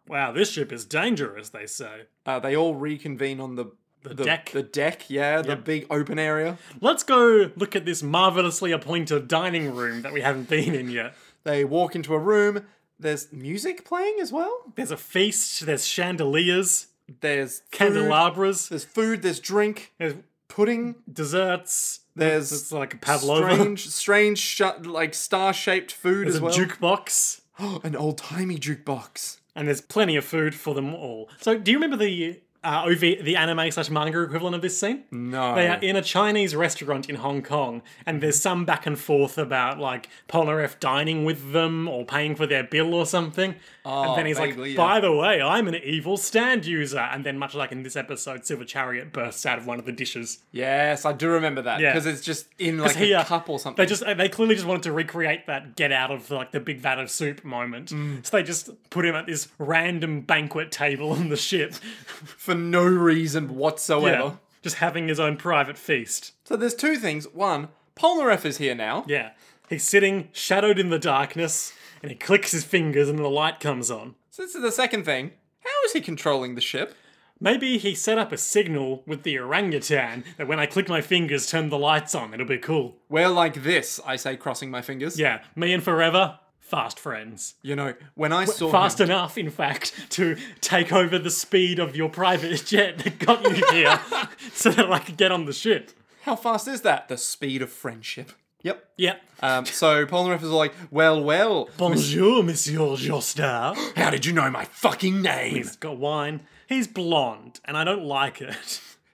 Speaker 1: wow, this ship is dangerous, they say.
Speaker 2: Uh, they all reconvene on the the,
Speaker 1: deck.
Speaker 2: The deck, yeah, the big open area.
Speaker 1: Let's go look at this marvelously appointed dining room that we haven't been in yet.
Speaker 2: They walk into a room. There's music playing as well.
Speaker 1: There's a feast, there's chandeliers,
Speaker 2: There's food,
Speaker 1: candelabras,
Speaker 2: There's food. There's drink.
Speaker 1: there's
Speaker 2: Pudding.
Speaker 1: desserts. It's
Speaker 2: There's
Speaker 1: like a pavlova.
Speaker 2: strange, strange, shu- like star-shaped food
Speaker 1: there's
Speaker 2: as
Speaker 1: a
Speaker 2: well.
Speaker 1: jukebox.
Speaker 2: [gasps] An old-timey jukebox.
Speaker 1: And there's plenty of food for them all. So do you remember the uh, OV, the anime slash manga equivalent of this scene?
Speaker 2: No.
Speaker 1: They are in a Chinese restaurant in Hong Kong, and
Speaker 2: Mm-hmm.
Speaker 1: there's some back and forth about like Polnareff dining with them or paying for their bill or something. and then he's
Speaker 2: Oh, vaguely,
Speaker 1: like,
Speaker 2: yeah.
Speaker 1: "By the way, I'm an evil stand user." And then, much like in this episode, Silver Chariot bursts out of one of the dishes.
Speaker 2: yes, I do remember that
Speaker 1: Yeah.
Speaker 2: because it's just in like
Speaker 1: here,
Speaker 2: a cup or something.
Speaker 1: They just they clearly just wanted to recreate that get out of like the big vat of soup moment.
Speaker 2: Mm.
Speaker 1: So they just put him at this random banquet table on the
Speaker 2: [laughs]
Speaker 1: ship,
Speaker 2: for no reason whatsoever.
Speaker 1: yeah, just having his own private feast.
Speaker 2: So there's two things. One, Polnareff is here now.
Speaker 1: Yeah. He's sitting, shadowed in the darkness, and he clicks his fingers and the light comes on.
Speaker 2: So this is the second thing. How is he controlling the ship?
Speaker 1: Maybe he set up a signal with the orangutan that when I click my fingers, turn the lights on. It'll be cool.
Speaker 2: We're like this, I say, crossing my fingers.
Speaker 1: Yeah, me and Forever, fast friends.
Speaker 2: You know, when I saw
Speaker 1: Fast
Speaker 2: him,
Speaker 1: enough, in fact, to take over the speed of your private [laughs] jet that got you here [laughs] so that I could get on the ship.
Speaker 2: how fast is that? The speed of friendship. Yep.
Speaker 1: [laughs] Yep.
Speaker 2: Um, so Polnareff is like, well, well.
Speaker 1: Uh, Bonjour, Monsieur Jostar.
Speaker 2: How did you know my fucking name?
Speaker 1: He's got wine. He's blonde, and I don't like it.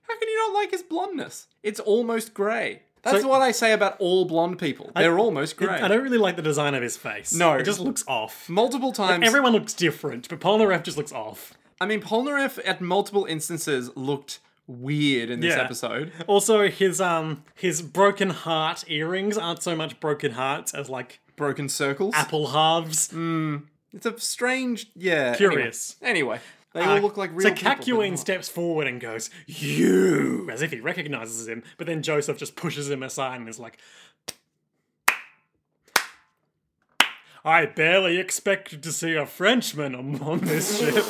Speaker 2: How can you not like his blondness? It's almost grey. That's
Speaker 1: So-
Speaker 2: what I say about all blonde people. They're almost grey.
Speaker 1: I don't really like the design of his face.
Speaker 2: No.
Speaker 1: It just looks off.
Speaker 2: Multiple times.
Speaker 1: Everyone looks different, but Polnareff just looks off.
Speaker 2: I mean, Polnareff at multiple instances looked weird in this
Speaker 1: Yeah.
Speaker 2: episode. [laughs]
Speaker 1: Also, his um his broken heart earrings aren't so much broken hearts as like
Speaker 2: Broken circles.
Speaker 1: apple halves.
Speaker 2: It's a strange, yeah.
Speaker 1: Curious.
Speaker 2: Anyway, they
Speaker 1: Uh,
Speaker 2: all look like real
Speaker 1: so
Speaker 2: people, but
Speaker 1: Cacuane
Speaker 2: not.
Speaker 1: steps forward and goes, "You," as if he recognizes him. But then Joseph just pushes him aside and is like, "I barely expected to see a Frenchman on, on this
Speaker 2: [laughs]
Speaker 1: ship."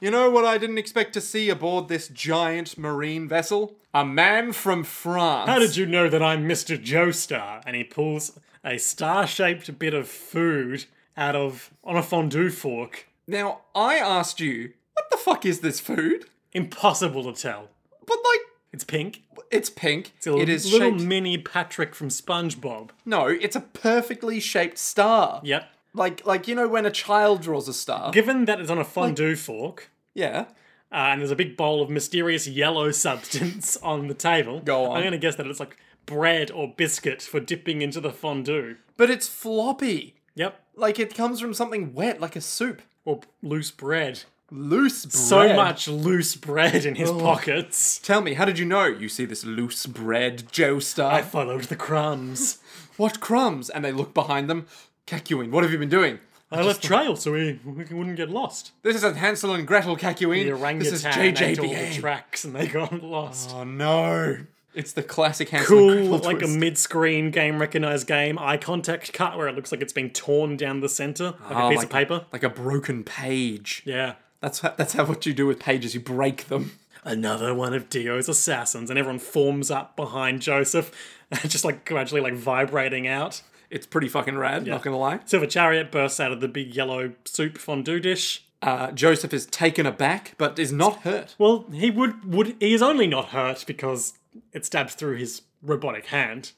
Speaker 2: You know what I didn't expect to see aboard this giant marine vessel? A man from France.
Speaker 1: How did you know that I'm Mr. Joestar? And he pulls a star-shaped bit of food out of on a fondue fork.
Speaker 2: Now, I asked you, what the fuck is this food?
Speaker 1: Impossible to tell.
Speaker 2: But like,
Speaker 1: It's pink.
Speaker 2: it's pink.
Speaker 1: It's a little,
Speaker 2: it is
Speaker 1: little
Speaker 2: shaped.
Speaker 1: mini Patrick from SpongeBob.
Speaker 2: no, it's a perfectly shaped star.
Speaker 1: Yep.
Speaker 2: Like, like you know when a child draws a star.
Speaker 1: Given that it's on a fondue fork,
Speaker 2: yeah.
Speaker 1: uh, and there's a big bowl of mysterious yellow substance [laughs] on the table,
Speaker 2: Go on.
Speaker 1: I'm going to guess that it's like bread or biscuit for dipping into the fondue.
Speaker 2: But it's floppy.
Speaker 1: Yep.
Speaker 2: Like it comes from something wet, like a soup.
Speaker 1: Or loose bread.
Speaker 2: Loose bread.
Speaker 1: So much loose bread in his pockets.
Speaker 2: Tell me, how did you know? You see this loose bread, Joe Star.
Speaker 1: I followed the crumbs.
Speaker 2: What crumbs? And they look behind them. Cacuin, what have you been doing?
Speaker 1: I left trails so we, we wouldn't get lost.
Speaker 2: This isn't Hansel and Gretel, Cacuin.
Speaker 1: The orangutan
Speaker 2: this is
Speaker 1: ate all the
Speaker 2: JJBA.
Speaker 1: tracks and they got lost.
Speaker 2: oh no! It's the classic Hansel and
Speaker 1: cool,
Speaker 2: Gretel
Speaker 1: like a
Speaker 2: twist.
Speaker 1: mid-screen game recognized game eye contact cut where it looks like it's been torn down the center like
Speaker 2: Oh,
Speaker 1: a piece
Speaker 2: like-
Speaker 1: of paper.
Speaker 2: like a broken page.
Speaker 1: Yeah.
Speaker 2: That's how, that's how what you do with pages. You break them.
Speaker 1: Another one of Dio's assassins, and everyone forms up behind Joseph, [laughs] just like gradually like vibrating out.
Speaker 2: It's pretty fucking rad. Not gonna lie.
Speaker 1: Silver Chariot bursts out of the big yellow soup fondue dish.
Speaker 2: Uh, Joseph is taken aback, but is not hurt.
Speaker 1: Well, he would would he is only not hurt because it stabs through his robotic hand.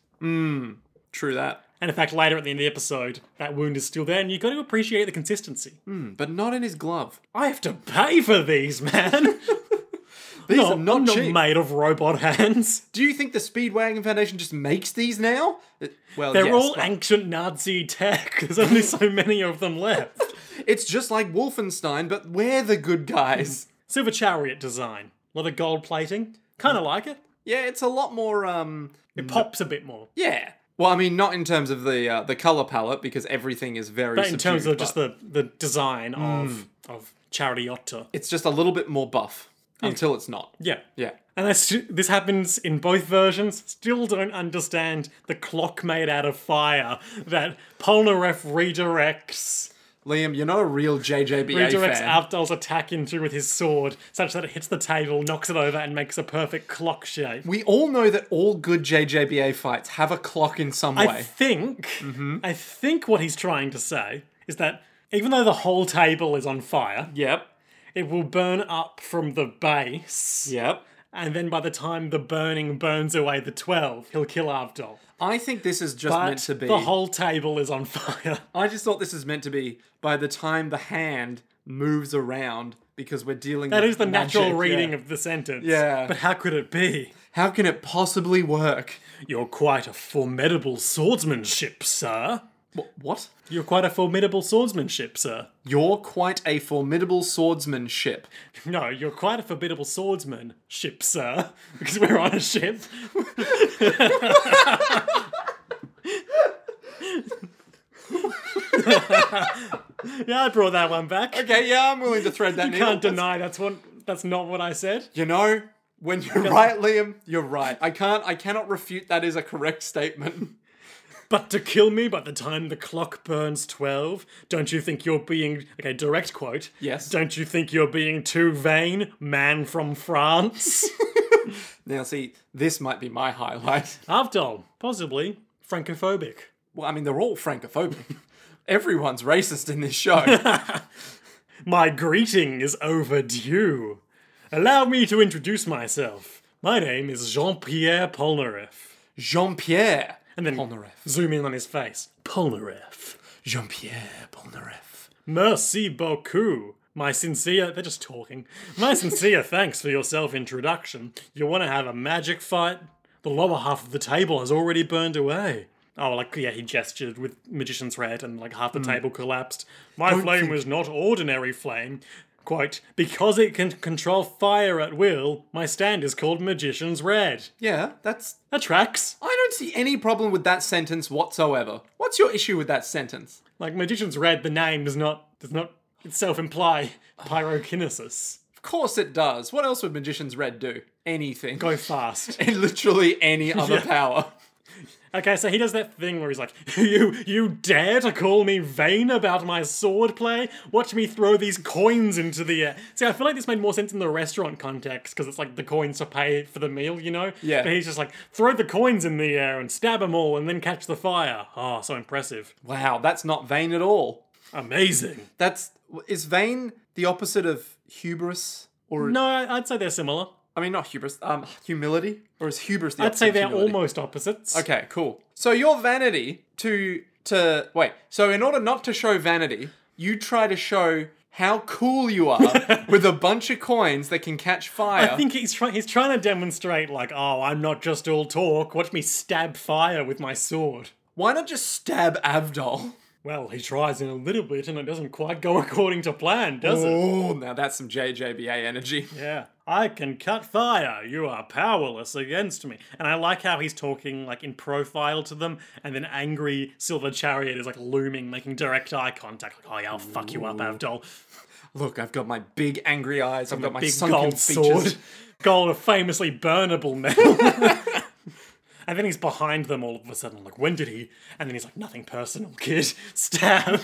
Speaker 2: True that.
Speaker 1: And in fact, later at the end of the episode, that wound is still there, and you've got to appreciate the consistency.
Speaker 2: Hmm, But not in his glove.
Speaker 1: I have to pay for these, man.
Speaker 2: [laughs] These
Speaker 1: No,
Speaker 2: are not
Speaker 1: I'm not
Speaker 2: cheap.
Speaker 1: made of robot hands.
Speaker 2: do you think the Speedwagon Foundation just makes these now? Uh, Well,
Speaker 1: They're
Speaker 2: yes,
Speaker 1: all
Speaker 2: but-
Speaker 1: ancient Nazi tech. [laughs] There's only so many of them left.
Speaker 2: It's just like Wolfenstein, but we're the good
Speaker 1: Mm.
Speaker 2: guys.
Speaker 1: Silver chariot design. A lot of gold plating. Kind of like it.
Speaker 2: yeah, it's a lot more. um
Speaker 1: It pops a bit more.
Speaker 2: Yeah. Well, I mean, not in terms of the uh, the color palette because everything is very.
Speaker 1: But in terms of just the, the design of of chariotta.
Speaker 2: it's just a little bit more buff until it's not.
Speaker 1: Yeah.
Speaker 2: Yeah.
Speaker 1: And I stu- this happens in both versions. Still don't understand the clock made out of fire that Polnareff redirects
Speaker 2: Liam, you're not a real JJBA
Speaker 1: redirects
Speaker 2: fan.
Speaker 1: Abdal's attack into with his sword, such that it hits the table, knocks it over, and makes a perfect clock shape.
Speaker 2: we all know that all good JJBA fights have a clock in some
Speaker 1: I
Speaker 2: way. Mm-hmm.
Speaker 1: think I think what he's trying to say is that even though the whole table is on fire,
Speaker 2: Yep.
Speaker 1: it will burn up from the base,
Speaker 2: Yep.
Speaker 1: and then by the time the burning burns away the twelve, he'll kill Abdal.
Speaker 2: I think this is just meant
Speaker 1: But
Speaker 2: to be.
Speaker 1: the whole table is on [laughs] fire.
Speaker 2: I just thought this is meant to be by the time the hand moves around because we're dealing
Speaker 1: That
Speaker 2: with
Speaker 1: is the
Speaker 2: magic,
Speaker 1: natural reading
Speaker 2: yeah.
Speaker 1: of the sentence.
Speaker 2: Yeah.
Speaker 1: But how could it be?
Speaker 2: How can it possibly work?
Speaker 1: You're quite a formidable swordsmanship, sir.
Speaker 2: Wh- What?
Speaker 1: You're quite a formidable swordsmanship, sir.
Speaker 2: You're quite a formidable swordsmanship.
Speaker 1: No, you're quite a formidable swordsman, ship, sir. [laughs] Because we're on a ship. yeah, I brought that one back.
Speaker 2: Okay, yeah, I'm willing to thread that.
Speaker 1: you can't deny that's what that's not what I said.
Speaker 2: You know, when you're right, Liam, you're right. I can't. I cannot refute that is a
Speaker 1: [laughs]
Speaker 2: correct statement.
Speaker 1: But to kill me by the time the clock burns 12, don't you think you're being. Okay, direct quote.
Speaker 2: Yes.
Speaker 1: Don't you think you're being too vain, man from
Speaker 2: [laughs]
Speaker 1: France?
Speaker 2: Now, see, this might be my highlight.
Speaker 1: After all, possibly francophobic.
Speaker 2: Well, I mean, they're all francophobic. [laughs] Everyone's racist in this show. [laughs]
Speaker 1: My greeting is overdue. Allow me to introduce myself. My name is Jean Pierre Polnareff.
Speaker 2: Jean Pierre
Speaker 1: And then
Speaker 2: Polnareff.
Speaker 1: zoom in on his face. Polnareff.
Speaker 2: Jean Pierre Polnareff.
Speaker 1: Merci beaucoup. My sincere, they're just talking. My sincere thanks for your self introduction. You want to have a magic fight? The lower half of the table has already burned away. Oh, like, yeah, he gestured with Magician's Red and, like, half the table collapsed. My flame was not ordinary flame. Quote, because it can control fire at will, my stand is called Magician's Red.
Speaker 2: Yeah, that's.
Speaker 1: That tracks.
Speaker 2: I don't see any problem with that sentence whatsoever. What's your issue with that sentence?
Speaker 1: Like, Magician's Red, the name does not, does not itself imply pyrokinesis.
Speaker 2: Of course it does. What else would Magician's Red do? Anything.
Speaker 1: Go fast.
Speaker 2: [laughs] And literally any other power.
Speaker 1: Okay, so he does that thing where he's like, [laughs] "You, you dare to call me vain about my swordplay? Watch me throw these coins into the air." See, I feel like this made more sense in the restaurant context because it's like the coins to pay for the meal, you know.
Speaker 2: Yeah.
Speaker 1: But he's just like, throw the coins in the air and stab them all, and then catch the fire. Oh, so impressive,
Speaker 2: Wow, that's not vain at all.
Speaker 1: amazing.
Speaker 2: That's. Is vain the opposite of hubris? Or.
Speaker 1: No, I- I'd say they're similar.
Speaker 2: I mean, not hubris, um, humility? Or is hubris the
Speaker 1: I'd
Speaker 2: opposite
Speaker 1: say
Speaker 2: of
Speaker 1: they're
Speaker 2: humility?
Speaker 1: almost opposites.
Speaker 2: Okay, cool. So your vanity to to wait. So in order not to show vanity, you try to show how cool you
Speaker 1: [laughs]
Speaker 2: are with a bunch of coins that can catch fire.
Speaker 1: I think he's trying. He's trying to demonstrate, like, oh, I'm not just all talk. Watch me stab fire with my sword.
Speaker 2: Why not just stab Abdol?
Speaker 1: Well, he tries in a little bit and it doesn't quite go [laughs] according to plan, does it?
Speaker 2: Oh, now that's some JJBA energy.
Speaker 1: Yeah. I can cut fire. You are powerless against me. And I like how he's talking like in profile to them, and then angry Silver Chariot is like looming, making direct eye contact. Like, oh yeah, I'll fuck you up, Avdol.
Speaker 2: Look, I've got my big angry eyes. I've got my
Speaker 1: Big
Speaker 2: sunken
Speaker 1: gold
Speaker 2: features. [laughs]
Speaker 1: sword. Gold, a famously burnable metal. and then he's behind them all of a sudden. Like, when did he? And then he's like, nothing personal, kid. [laughs] Stab.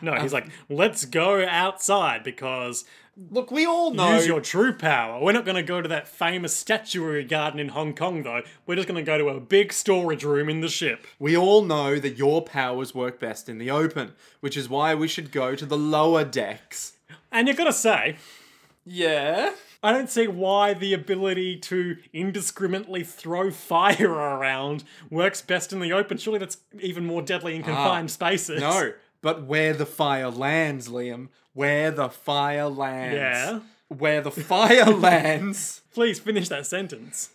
Speaker 1: No,
Speaker 2: Um,
Speaker 1: he's like, let's go outside because
Speaker 2: Look, we all know.
Speaker 1: Use your true power. We're not going to go to that famous statuary garden in Hong Kong, though. We're just going to go to a big storage room in the ship.
Speaker 2: We all know that your powers work best in the open, which is why we should go to the lower decks.
Speaker 1: And you've got to say,
Speaker 2: Yeah.
Speaker 1: I don't see why the ability to indiscriminately throw fire [laughs] around works best in the open. Surely that's even more deadly in confined spaces.
Speaker 2: Ah, No, but where the fire lands, Liam. Where the fire lands.
Speaker 1: Yeah.
Speaker 2: Where
Speaker 1: [laughs]
Speaker 2: the fire lands.
Speaker 1: [laughs] Please finish that sentence.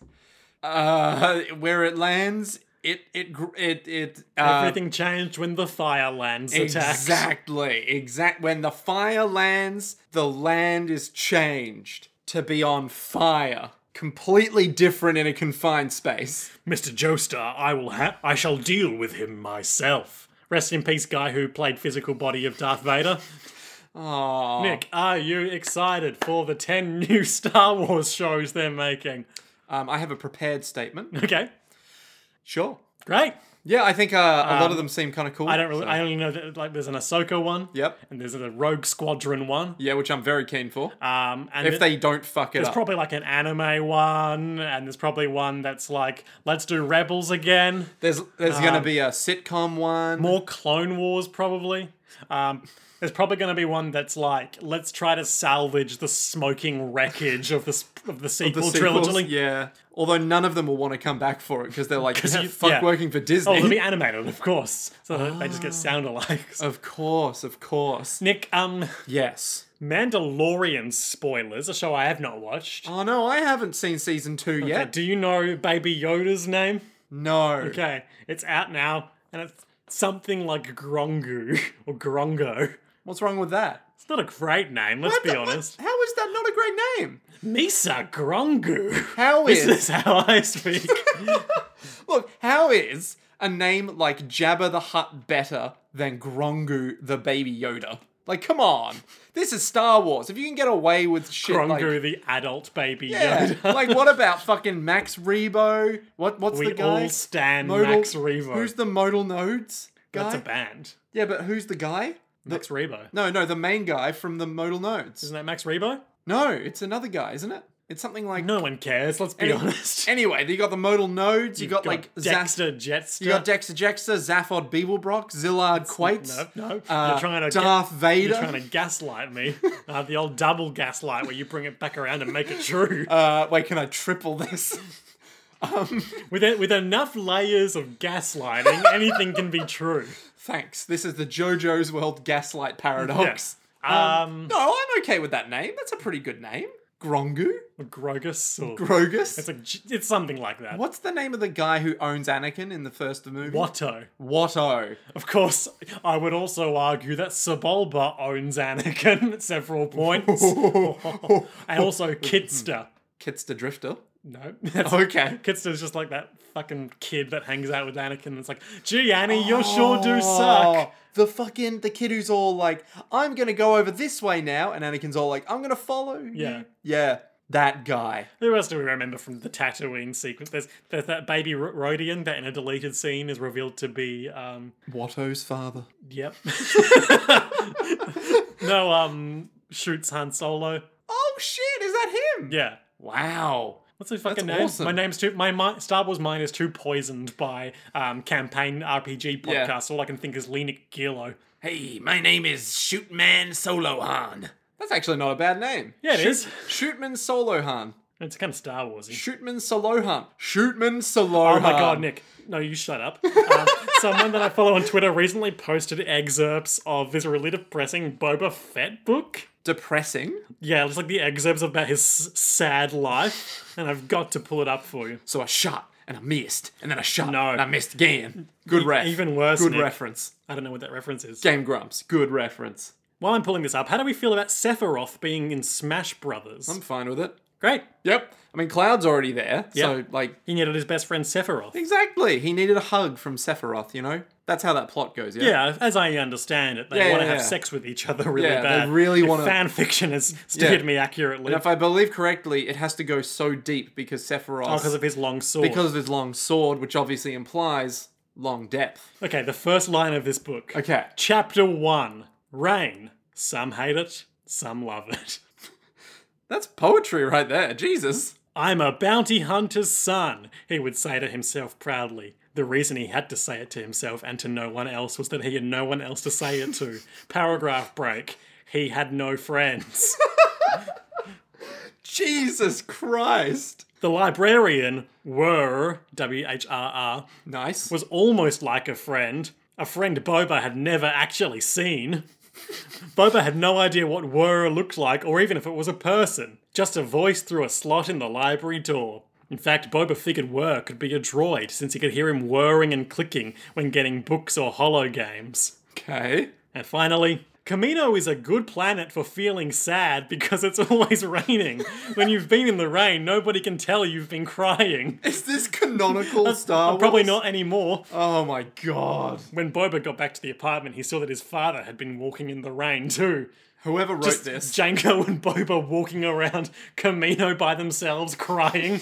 Speaker 2: Uh, where it lands, it it gr- it it. Uh,
Speaker 1: Everything changed when the fire lands attacked.
Speaker 2: exactly. Exact. When the fire lands, the land is changed to be on fire. Completely different in a confined space.
Speaker 1: Mr. Joestar, I will ha- I shall deal with him myself. Rest in peace, guy who played physical body of Darth Vader.
Speaker 2: Aww.
Speaker 1: Nick, are you excited for the 10 new [laughs] Star Wars shows they're making?
Speaker 2: Um, I have a prepared statement.
Speaker 1: Okay,
Speaker 2: Sure.
Speaker 1: great.
Speaker 2: Yeah, I think uh, a lot of them seem kind of cool.
Speaker 1: Um, I don't really, I only know that like there's an Ahsoka one.
Speaker 2: Yep.
Speaker 1: And there's a Rogue Squadron one.
Speaker 2: Yeah, which I'm very keen for.
Speaker 1: Um, and
Speaker 2: if
Speaker 1: th-
Speaker 2: they don't fuck it
Speaker 1: there's
Speaker 2: up.
Speaker 1: probably like an anime one, and there's probably one that's like, let's do Rebels again.
Speaker 2: there's there's gonna be a sitcom one.
Speaker 1: Um, More Clone Wars, probably. Um, there's probably going to be one that's like, let's try to salvage the smoking wreckage of the, sp- of the
Speaker 2: the
Speaker 1: sequel
Speaker 2: sequels,
Speaker 1: trilogy.
Speaker 2: Yeah. Although none of them will want to come back for it because
Speaker 1: [laughs]
Speaker 2: they're like,
Speaker 1: you-
Speaker 2: fuck
Speaker 1: yeah. Ah. Oh,
Speaker 2: working for
Speaker 1: Oh,
Speaker 2: Disney.
Speaker 1: they'll be animated, of course. So that they just get sound alike.
Speaker 2: [laughs] of course, of course.
Speaker 1: Nick, um,
Speaker 2: Yes.
Speaker 1: Mandalorian spoilers, a show I have not watched.
Speaker 2: Oh no, I haven't seen season two
Speaker 1: Uh,
Speaker 2: yet.
Speaker 1: Do you know Baby Yoda's name?
Speaker 2: No.
Speaker 1: Okay, it's out now, and it's something like Grongu or Grongo.
Speaker 2: What's wrong with that?
Speaker 1: It's not a great name, let's
Speaker 2: What
Speaker 1: be
Speaker 2: the- what-
Speaker 1: honest.
Speaker 2: How is that not a great name?
Speaker 1: Misa Grongu.
Speaker 2: How
Speaker 1: This
Speaker 2: is
Speaker 1: is how I
Speaker 2: [laughs]
Speaker 1: speak.
Speaker 2: look? How is a name like Jabba the Hutt better than Grongu the Baby Yoda? Like, come on, this is Star Wars. If you can get away with shit like
Speaker 1: Grongu, the adult baby [laughs]
Speaker 2: Yeah. [laughs]
Speaker 1: Yoda.
Speaker 2: like what about fucking Max Rebo? What
Speaker 1: [laughs]
Speaker 2: what's
Speaker 1: we
Speaker 2: the guy?
Speaker 1: all stand
Speaker 2: Modal-
Speaker 1: Max Rebo.
Speaker 2: Who's the modal nodes guy?
Speaker 1: That's a band.
Speaker 2: yeah, but who's the guy?
Speaker 1: Max Rebo.
Speaker 2: No, no, the main guy from the modal nodes.
Speaker 1: Isn't that Max Rebo?
Speaker 2: No, it's another guy, isn't it? It's something like
Speaker 1: No one cares, let's be honest.
Speaker 2: Anyway, you got the modal nodes. You got,
Speaker 1: got
Speaker 2: like Zas-
Speaker 1: Dexter Jetster.
Speaker 2: You got Dexter Jexter, Zaphod Beeblebrock, Zillard Quates.
Speaker 1: No, no.
Speaker 2: uh,
Speaker 1: you're trying to ga-
Speaker 2: Darth Vader.
Speaker 1: you're trying to gaslight
Speaker 2: [laughs]
Speaker 1: me. Uh, the old double gaslight where you bring it back around and make it true.
Speaker 2: Uh, wait, can I triple this? [laughs] um,
Speaker 1: with it, with enough layers of
Speaker 2: [laughs]
Speaker 1: gaslighting, anything can be true.
Speaker 2: thanks. This is the JoJo's World Gaslight Paradox.
Speaker 1: Um,
Speaker 2: No, I'm okay with that name. That's a pretty good name. Grongu?
Speaker 1: Grogus or
Speaker 2: Grogus?
Speaker 1: it's like G- it's something like that.
Speaker 2: What's the name of the guy who owns Anakin in the first movie?
Speaker 1: Watto. [laughs]
Speaker 2: Watto. [laughs]
Speaker 1: Of course, I would also argue that Sebulba owns Anakin at several
Speaker 2: [laughs]
Speaker 1: points. and also Kidster.
Speaker 2: Kitster Drifter.
Speaker 1: No. That's
Speaker 2: Okay.
Speaker 1: Kidster's just like that fucking kid that hangs out with Anakin and it's like, gee, Annie, you sure do
Speaker 2: Oh.
Speaker 1: suck.
Speaker 2: The fucking the kid who's all like, I'm gonna go over this way now, and Anakin's all like, I'm gonna follow. you."
Speaker 1: Yeah.
Speaker 2: Yeah. That guy.
Speaker 1: Who else do we remember from the Tatooine sequence? There's, there's that baby Ro- Rodian that in a deleted scene is revealed to be, um,
Speaker 2: Watto's father.
Speaker 1: yep. [laughs] no, um, shoots Han Solo.
Speaker 2: Oh shit, is that him?
Speaker 1: Yeah.
Speaker 2: Wow.
Speaker 1: What's his fucking
Speaker 2: That's
Speaker 1: name?
Speaker 2: awesome.
Speaker 1: My name's too. My mi- Star Wars mind is too poisoned by um, campaign RPG
Speaker 2: Yeah.
Speaker 1: podcasts. All I can think is Lenik Gilo.
Speaker 2: Hey, my name is Shootman Solohan. That's actually not a bad name.
Speaker 1: Yeah, it is.
Speaker 2: Shootman Solohan.
Speaker 1: It's kind of Star Warsy.
Speaker 2: Shootman Solohan. Shootman Solohan.
Speaker 1: Oh my
Speaker 2: Um,
Speaker 1: god, Nick! No, you shut up. Uh, [laughs] someone that I follow on Twitter recently posted excerpts of this really depressing Boba Fett book.
Speaker 2: Depressing.
Speaker 1: Yeah, it's like the excerpts about his s- sad life, and I've got to pull it up for you.
Speaker 2: So I shot and I missed, and then I shot
Speaker 1: No. E-
Speaker 2: and I missed again. Good ref.
Speaker 1: Even worse,
Speaker 2: Good
Speaker 1: Nick.
Speaker 2: reference.
Speaker 1: I don't know what that reference is.
Speaker 2: Game Grumps. Good reference.
Speaker 1: While I'm pulling this up, how do we feel about Sephiroth being in Smash Brothers?
Speaker 2: I'm fine with it.
Speaker 1: Great.
Speaker 2: Yep. I mean, Cloud's already there, so
Speaker 1: Yep.
Speaker 2: like
Speaker 1: He needed his best friend Sephiroth.
Speaker 2: exactly. He needed a hug from Sephiroth. You know, that's how that plot goes. Yeah.
Speaker 1: Yeah, as I understand it, they
Speaker 2: Yeah,
Speaker 1: want to
Speaker 2: yeah,
Speaker 1: have
Speaker 2: yeah.
Speaker 1: sex with each other really
Speaker 2: Yeah, they
Speaker 1: bad.
Speaker 2: really
Speaker 1: If
Speaker 2: wanna-
Speaker 1: Fan fiction has stated
Speaker 2: Yeah.
Speaker 1: me accurately.
Speaker 2: And if I believe correctly, it has to go so deep because Sephiroth,
Speaker 1: Because Oh, of his long sword.
Speaker 2: because of his long sword, which obviously implies long depth.
Speaker 1: Okay, the first line of this book.
Speaker 2: Okay.
Speaker 1: Chapter 1 Rain. Some hate it, some love it.
Speaker 2: That's poetry right there. Jesus.
Speaker 1: I'm a bounty hunter's son, he would say to himself proudly. The reason he had to say it to himself and to no one else was that he had no one else to say it to. Paragraph break. He had no friends.
Speaker 2: Jesus Christ.
Speaker 1: The librarian, Wurr, W H R R,
Speaker 2: Nice.
Speaker 1: was almost like a friend, a friend Boba had never actually seen. Boba had no idea what Wurr looked like or even if it was a person, just a voice through a slot in the library door. In fact, Boba figured Wurr could be a droid since he could hear him whirring and clicking when getting books or holo games.
Speaker 2: Okay.
Speaker 1: And finally, Camino is a good planet for feeling sad because it's [laughs] always raining. when you've been in the rain, nobody can tell you've been crying.
Speaker 2: Is this canonical Star Wars?
Speaker 1: Probably not anymore.
Speaker 2: Oh my god.
Speaker 1: When Boba got back to the apartment, he saw that his father had been walking in the rain too.
Speaker 2: Whoever wrote this.
Speaker 1: Jango and Boba walking around Camino by themselves, crying.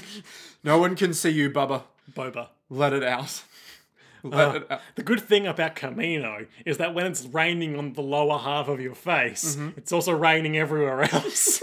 Speaker 2: No one can see you, Bubba.
Speaker 1: Boba.
Speaker 2: Let it out.
Speaker 1: Uh.
Speaker 2: Let it out.
Speaker 1: The good thing about Camino is that when it's raining on the lower half of your face, it's also raining everywhere else.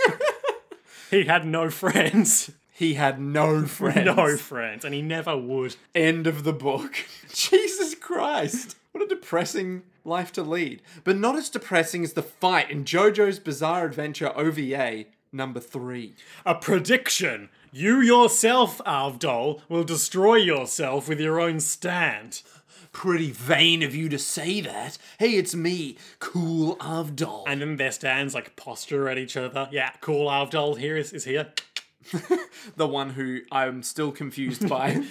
Speaker 1: [laughs] he had no friends.
Speaker 2: He had no friends.
Speaker 1: No friends, and he never would.
Speaker 2: End of the book. [laughs] Jesus Christ. What a depressing life to lead. But not as depressing as the fight in JoJo's Bizarre Adventure OVA number three.
Speaker 1: A prediction. You yourself, Avdol, will destroy yourself with your own stand.
Speaker 2: Pretty vain of you to say that. Hey, it's me, Cool Avdol.
Speaker 1: And then their stands like posture at each other. Yeah, cool Avdol here is, is here.
Speaker 2: the one who I'm still confused by.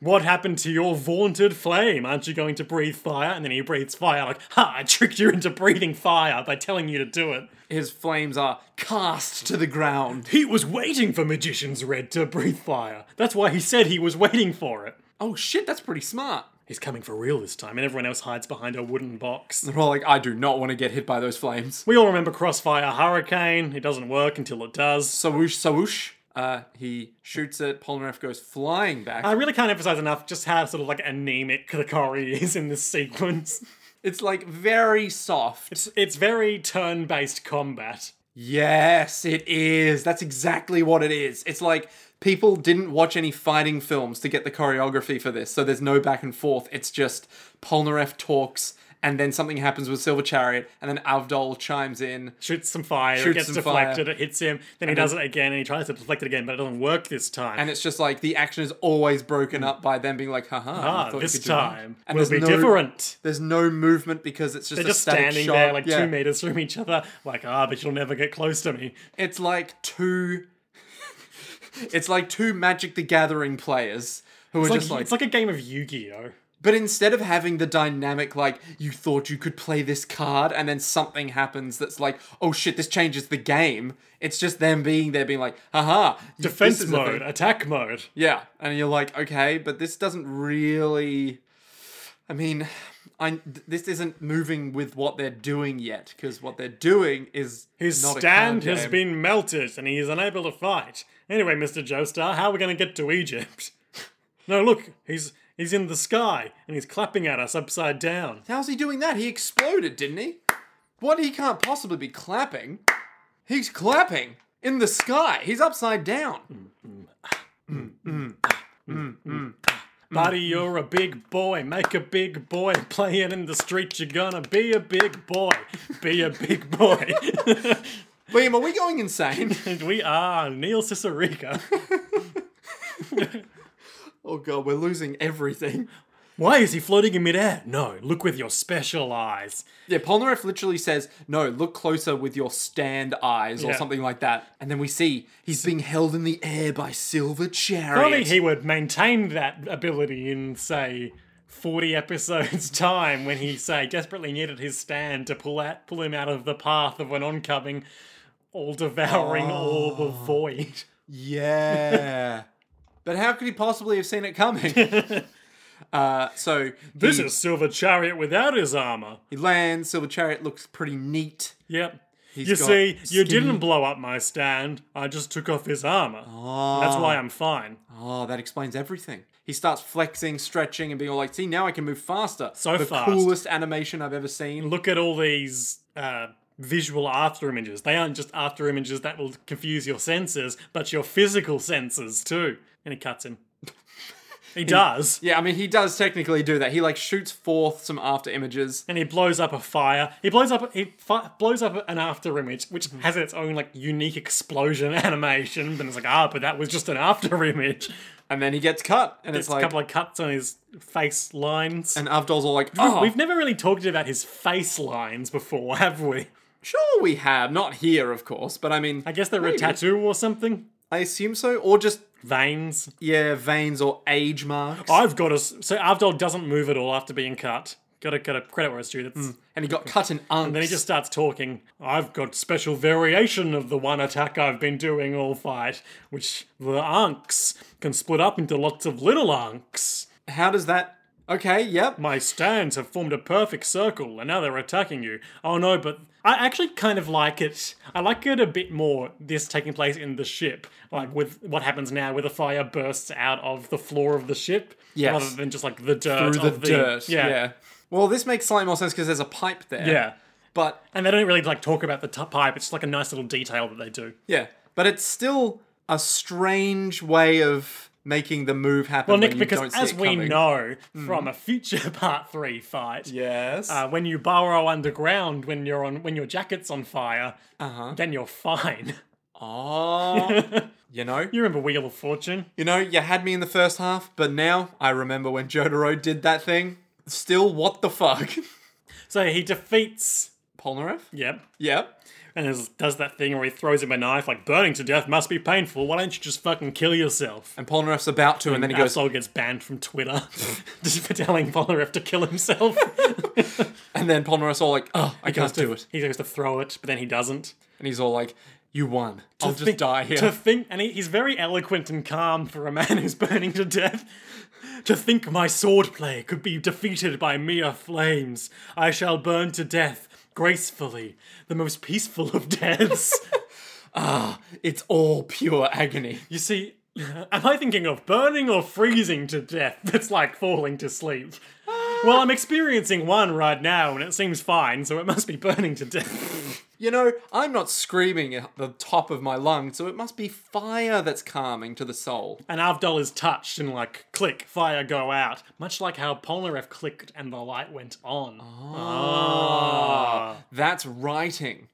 Speaker 1: What happened to your vaunted flame? Aren't you going to breathe fire? And then he breathes fire, like, ha, I tricked you into breathing fire by telling you to do it.
Speaker 2: His flames are cast to the ground.
Speaker 1: He was waiting for Magician's Red to breathe fire. That's why he said he was waiting for it.
Speaker 2: Oh shit, that's pretty smart.
Speaker 1: He's coming for real this time, and everyone else hides behind a wooden box.
Speaker 2: They're all like, I do not want to get hit by those flames.
Speaker 1: We all remember Crossfire Hurricane. It doesn't work until it does.
Speaker 2: Sawoosh, sawoosh. Uh, he shoots it. Polnareff goes flying back.
Speaker 1: I really can't emphasize enough just how sort of like anemic Kokori is in this sequence.
Speaker 2: it's like very soft.
Speaker 1: It's, it's very turn based combat.
Speaker 2: yes, it is. That's exactly what it is. It's like people didn't watch any fighting films to get the choreography for this, so there's no back and forth. It's just Polnareff talks, and then something happens with Silver Chariot, and then Avdol chimes in.
Speaker 1: Shoots some fire, it
Speaker 2: Shoots
Speaker 1: gets
Speaker 2: some
Speaker 1: deflected, it hits him, then he does it again and he tries to deflect it again, but it doesn't work this time.
Speaker 2: And it's just like the action is always broken up by them being like, haha. I
Speaker 1: ah,
Speaker 2: thought you
Speaker 1: this
Speaker 2: could do that."
Speaker 1: time
Speaker 2: And
Speaker 1: will be
Speaker 2: there's no-
Speaker 1: different.
Speaker 2: There's no movement because it's just
Speaker 1: They're
Speaker 2: a
Speaker 1: just
Speaker 2: static
Speaker 1: standing
Speaker 2: shot.
Speaker 1: there like
Speaker 2: Yeah.
Speaker 1: two meters from each other, like, ah, but you'll never get close to me.
Speaker 2: It's like two [laughs] It's like two Magic the Gathering players who are
Speaker 1: It's
Speaker 2: just
Speaker 1: like,
Speaker 2: like,
Speaker 1: it's like a game of Yu-Gi-Oh.
Speaker 2: But instead of having the dynamic, like, you thought you could play this card, and then something happens that's like, oh shit, this changes the game, it's just them being there being like, haha. you- this
Speaker 1: Defense
Speaker 2: is the
Speaker 1: mode,
Speaker 2: thing."
Speaker 1: attack mode.
Speaker 2: Yeah. And you're like, okay, but this doesn't really. I mean, I, th- this isn't moving with what they're doing yet, because what they're doing is.
Speaker 1: His
Speaker 2: not a
Speaker 1: stand
Speaker 2: card
Speaker 1: has
Speaker 2: game.
Speaker 1: been melted and he is unable to fight. Anyway, Mr. Joestar, how are we going to get to Egypt? [laughs] no, look, he's he's in the sky and he's clapping at us upside down.
Speaker 2: How's he doing that? He exploded, didn't he? What? He can't possibly be clapping. He's clapping in the sky. He's upside down.
Speaker 1: Buddy, you're a big boy. Make a big boy. Playing in the street, you're gonna be a big boy. Be a big boy. [laughs]
Speaker 2: Liam, are we going insane? [laughs]
Speaker 1: and we are Neil Cicerica.
Speaker 2: oh god, we're losing everything.
Speaker 1: Why is he floating in midair? No, look with your special eyes.
Speaker 2: Yeah, Polnareff literally says, "No, look closer with your stand eyes" or
Speaker 1: Yeah.
Speaker 2: something like that. And then we see he's being held in the air by silver
Speaker 1: Probably
Speaker 2: chariots.
Speaker 1: he would maintain that ability in, say, 40 episodes' [laughs] time when he, say, desperately needed his stand to pull out, pull him out of the path of an oncoming, all devouring orb of void.
Speaker 2: yeah. [laughs] but how could he possibly have seen
Speaker 1: [laughs]
Speaker 2: it coming? uh, so
Speaker 1: This
Speaker 2: he,
Speaker 1: is Silver Chariot without his armor.
Speaker 2: he lands. Silver chariot looks pretty neat.
Speaker 1: Yep.
Speaker 2: He's
Speaker 1: you
Speaker 2: got
Speaker 1: see, you
Speaker 2: skin-
Speaker 1: didn't blow up my stand. I just took off his armor. That's
Speaker 2: Ah.
Speaker 1: why I'm fine.
Speaker 2: Oh, that explains everything. He starts flexing, stretching, and being all like, "See, now I can move faster."
Speaker 1: So
Speaker 2: the
Speaker 1: fast.
Speaker 2: coolest animation I've ever seen.
Speaker 1: Look at all these uh, visual after images. They aren't just after images that will confuse your senses, but your physical senses too. And he cuts him. he
Speaker 2: [laughs]
Speaker 1: does.
Speaker 2: Yeah, I mean, he does technically do that. He like shoots forth some after images.
Speaker 1: And he blows up a fire. He blows up. He fi- blows up an after image, which
Speaker 2: Mm-hmm.
Speaker 1: has its own like unique explosion [laughs] animation. And it's like, ah, but that was just an after [laughs] image.
Speaker 2: And then he gets cut, and it's,
Speaker 1: It's a
Speaker 2: like,
Speaker 1: couple of cuts on his face lines.
Speaker 2: and Avdol's all like, "Oh,
Speaker 1: We've never really talked about his face lines before, have we?
Speaker 2: sure we have. Not here, of course, but I mean,
Speaker 1: I guess they were a
Speaker 2: maybe.
Speaker 1: tattoo or something.
Speaker 2: I assume so, or just
Speaker 1: Veins.
Speaker 2: yeah, veins or age marks."
Speaker 1: I've got a s- so Avdol doesn't move at all after being cut. Got to got a credit where it's due. That's,
Speaker 2: and he got cut in unks.
Speaker 1: Then he just starts talking. I've got special variation of the one attack I've been doing all fight, which the unks can split up into lots of little unks.
Speaker 2: How does that? Okay, yep.
Speaker 1: My stands have formed a perfect circle, and now they're attacking you. Oh no, but I actually kind of like it. I like it a bit more, this taking place in the ship. Like with what happens now, where the fire bursts out of the floor of the ship.
Speaker 2: Yes.
Speaker 1: Rather than just like the dirt.
Speaker 2: Through the,
Speaker 1: of the
Speaker 2: dirt.
Speaker 1: Yeah.
Speaker 2: Yeah. Well, this makes slightly more sense because there's a pipe there.
Speaker 1: Yeah.
Speaker 2: But
Speaker 1: And they don't really like talk about the t- pipe. It's just like a nice little detail that they do.
Speaker 2: Yeah, but it's still a strange way of making the move happen.
Speaker 1: Well,
Speaker 2: when
Speaker 1: Nick,
Speaker 2: you
Speaker 1: because
Speaker 2: don't see
Speaker 1: as
Speaker 2: it
Speaker 1: we
Speaker 2: coming. Mm.
Speaker 1: know from a future [laughs] part three fight,
Speaker 2: yes,
Speaker 1: uh, when you burrow underground when you're on when your jacket's on fire,
Speaker 2: Uh-huh.
Speaker 1: then you're fine.
Speaker 2: oh,
Speaker 1: [laughs]
Speaker 2: you know,
Speaker 1: You remember Wheel of Fortune?
Speaker 2: you know, you had me in the first half, but now I remember when Jotaro did that thing. Still, what the fuck, [laughs]
Speaker 1: So he defeats.
Speaker 2: Polnareff?
Speaker 1: Yep.
Speaker 2: Yep.
Speaker 1: And is, does that thing where he throws him a knife, like burning to death must be painful. Why don't you just fucking kill yourself?
Speaker 2: And Polnareff's about to, and then he goes,
Speaker 1: Absol gets banned from Twitter [laughs] just for telling Polnareff to kill
Speaker 2: [laughs]
Speaker 1: himself.
Speaker 2: and then Polnareff's all like, "Oh, I can't do it,"
Speaker 1: He goes to throw it, but then he doesn't.
Speaker 2: and he's all like, "You won. I'll just
Speaker 1: think-
Speaker 2: die here."
Speaker 1: To think, and he, he's very eloquent and calm for a man who's burning to death. To think my swordplay could be defeated by mere flames. I shall burn to death gracefully, the most peaceful of [laughs] deaths.
Speaker 2: it's all pure agony.
Speaker 1: you see, [laughs] am I thinking of burning or freezing to death? That's like falling to sleep. Well, I'm experiencing one right now, and it seems fine, so it must be burning to death. [laughs]
Speaker 2: You know, I'm not screaming at the top of my lungs, so it must be fire that's calming to the soul.
Speaker 1: And Avdol is touched and like click, fire go out, much like how Polnareff clicked and the light went on. Ah.
Speaker 2: That's writing.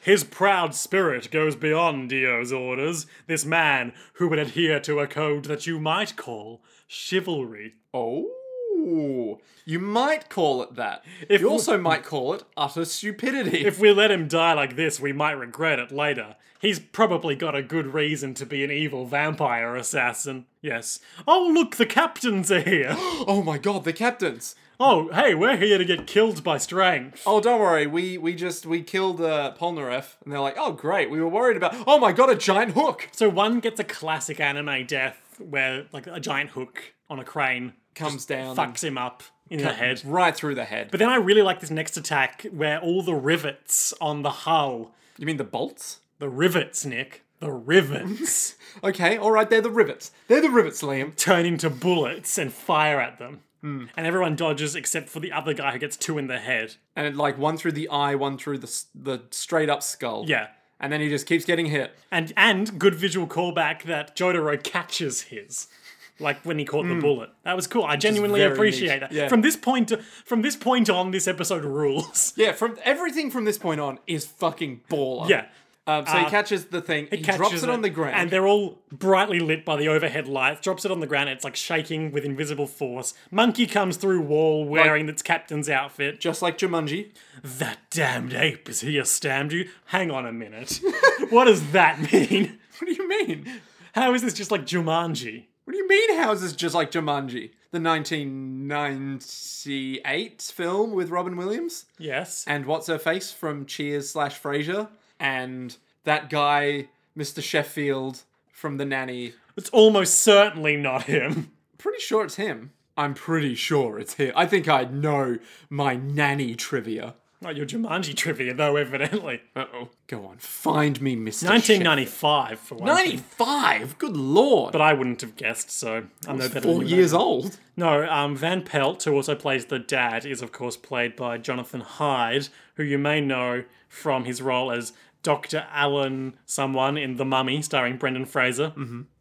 Speaker 1: His proud spirit goes beyond Dio's orders. This man who would adhere to a code that you might call chivalry.
Speaker 2: Oh. Ooh, you might call it that.
Speaker 1: If
Speaker 2: you
Speaker 1: we-
Speaker 2: also might call it utter stupidity.
Speaker 1: If we let him die like this, we might regret it later. He's probably got a good reason to be an evil vampire assassin. Yes. Oh, look, the captains are here. [gasps]
Speaker 2: oh my god, the captains.
Speaker 1: Oh, hey, we're here to get killed by Strang.
Speaker 2: Oh, don't worry. We we just we killed uh, Polnareff, and they're like, oh great. We were worried about. Oh my god, a giant hook
Speaker 1: So one gets a classic anime death where, like, a giant hook on a crane
Speaker 2: comes down, and
Speaker 1: fucks him up in the head.
Speaker 2: right through the head.
Speaker 1: But then I really like this next attack where all the rivets on the hull,
Speaker 2: you mean the bolts?
Speaker 1: the rivets, Nick, the rivets,
Speaker 2: Okay, all right. They're the rivets. They're the rivets, Liam.
Speaker 1: turn into bullets and fire at them.
Speaker 2: Hmm.
Speaker 1: And everyone dodges except for the other guy who gets two in the head.
Speaker 2: And like one through the eye, one through the s- the straight up skull.
Speaker 1: Yeah.
Speaker 2: And then he just keeps getting hit.
Speaker 1: And and good visual callback that Jotaro catches his. Like when he caught the bullet. That was cool. I genuinely
Speaker 2: Hmm. very
Speaker 1: appreciate
Speaker 2: neat.
Speaker 1: that.
Speaker 2: Yeah.
Speaker 1: From this point from this point on, this episode rules. [laughs]
Speaker 2: Yeah, from everything from this point on is fucking baller.
Speaker 1: yeah. Uh,
Speaker 2: Um, so he catches the thing, he drops
Speaker 1: catches
Speaker 2: it, on the ground,
Speaker 1: And they're all brightly lit by the overhead lights. Drops it on the ground. It's like shaking with invisible force. Monkey comes through wall wearing its captain's outfit.
Speaker 2: just like Jumanji. [laughs]
Speaker 1: That damned ape is here, stamped you. Hang on a minute. [laughs] what does that mean?
Speaker 2: What do you mean?
Speaker 1: How is this just like Jumanji?
Speaker 2: What do you mean houses just like Jumanji? The 1998 film with Robin Williams
Speaker 1: Yes.
Speaker 2: and what's her face from Cheers slash Frasier and that guy Mr. Sheffield from The Nanny.
Speaker 1: It's almost certainly not him.
Speaker 2: Pretty sure it's him. I'm pretty sure it's him. I think I know my nanny trivia.
Speaker 1: Not your Jumanji trivia, though,
Speaker 2: [laughs]
Speaker 1: evidently.
Speaker 2: Uh oh. Go on, find me, Mr.
Speaker 1: 1995, for one. thing.
Speaker 2: 95. Good lord.
Speaker 1: But I wouldn't have guessed, so I'm no better than
Speaker 2: Four
Speaker 1: you, mate.
Speaker 2: years old.
Speaker 1: No, um, Van Pelt, who also plays the dad, is of course played by Jonathan Hyde, who you may know from his role as Dr. Alan someone in The Mummy, starring Brendan Fraser.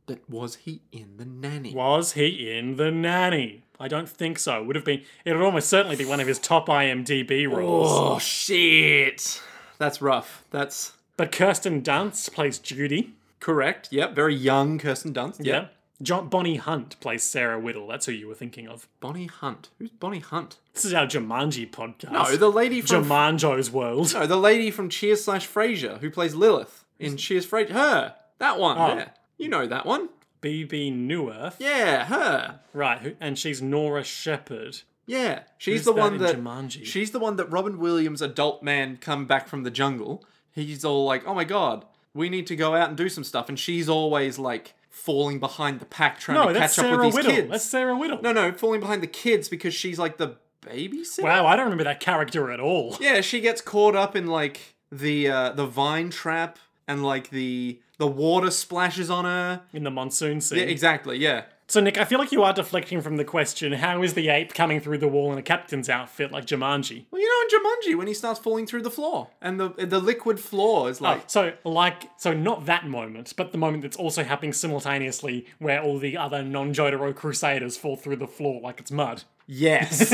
Speaker 2: But was he in the nanny?
Speaker 1: Was he in The Nanny? I don't think so. Would have been. It would almost certainly be one of his top IMDb roles.
Speaker 2: Oh shit. That's rough. That's
Speaker 1: But Kirsten Dunst plays Judy.
Speaker 2: correct. Yep. Very young Kirsten Dunst. Yep.
Speaker 1: Yeah. John Bonnie Hunt plays Sarah Whittle. That's who you were thinking of.
Speaker 2: Bonnie Hunt. Who's Bonnie Hunt?
Speaker 1: This is our Jumanji podcast.
Speaker 2: No, the lady from
Speaker 1: Jumanjo's world.
Speaker 2: no, the lady from Cheers slash Frasier who plays Lilith in Cheers Frasier. Her. That one.
Speaker 1: Oh.
Speaker 2: Yeah. You know that one.
Speaker 1: BB Newirth.
Speaker 2: Yeah. Her.
Speaker 1: Right, who- and she's Nora Shepherd.
Speaker 2: Yeah. She's the one
Speaker 1: that
Speaker 2: that.
Speaker 1: in Jumanji?
Speaker 2: She's the one that Robin Williams, adult man, come back from the jungle. He's all like, "Oh my god, we need to go out and do some stuff," and she's always like falling behind the pack trying
Speaker 1: No,
Speaker 2: to catch
Speaker 1: that's Sarah
Speaker 2: up with these
Speaker 1: Whittle.
Speaker 2: kids.
Speaker 1: That's Sarah Whittle.
Speaker 2: No, no, falling behind the kids because she's like the babysitter.
Speaker 1: Wow, I don't remember that character at all.
Speaker 2: Yeah, she gets caught up in like the uh, the vine trap and like the the water splashes on her.
Speaker 1: In the monsoon scene.
Speaker 2: Yeah, exactly. Yeah.
Speaker 1: so, Nick, I feel like you are deflecting from the question how is the ape coming through the wall in a captain's outfit like Jumanji?
Speaker 2: Well, you know in Jumanji when he starts falling through the floor and the the liquid floor
Speaker 1: Oh.
Speaker 2: is like
Speaker 1: So, like, so not that moment, but the moment that's also happening simultaneously where all the other non Jotaro crusaders fall through the floor like it's mud. [laughs]
Speaker 2: yes,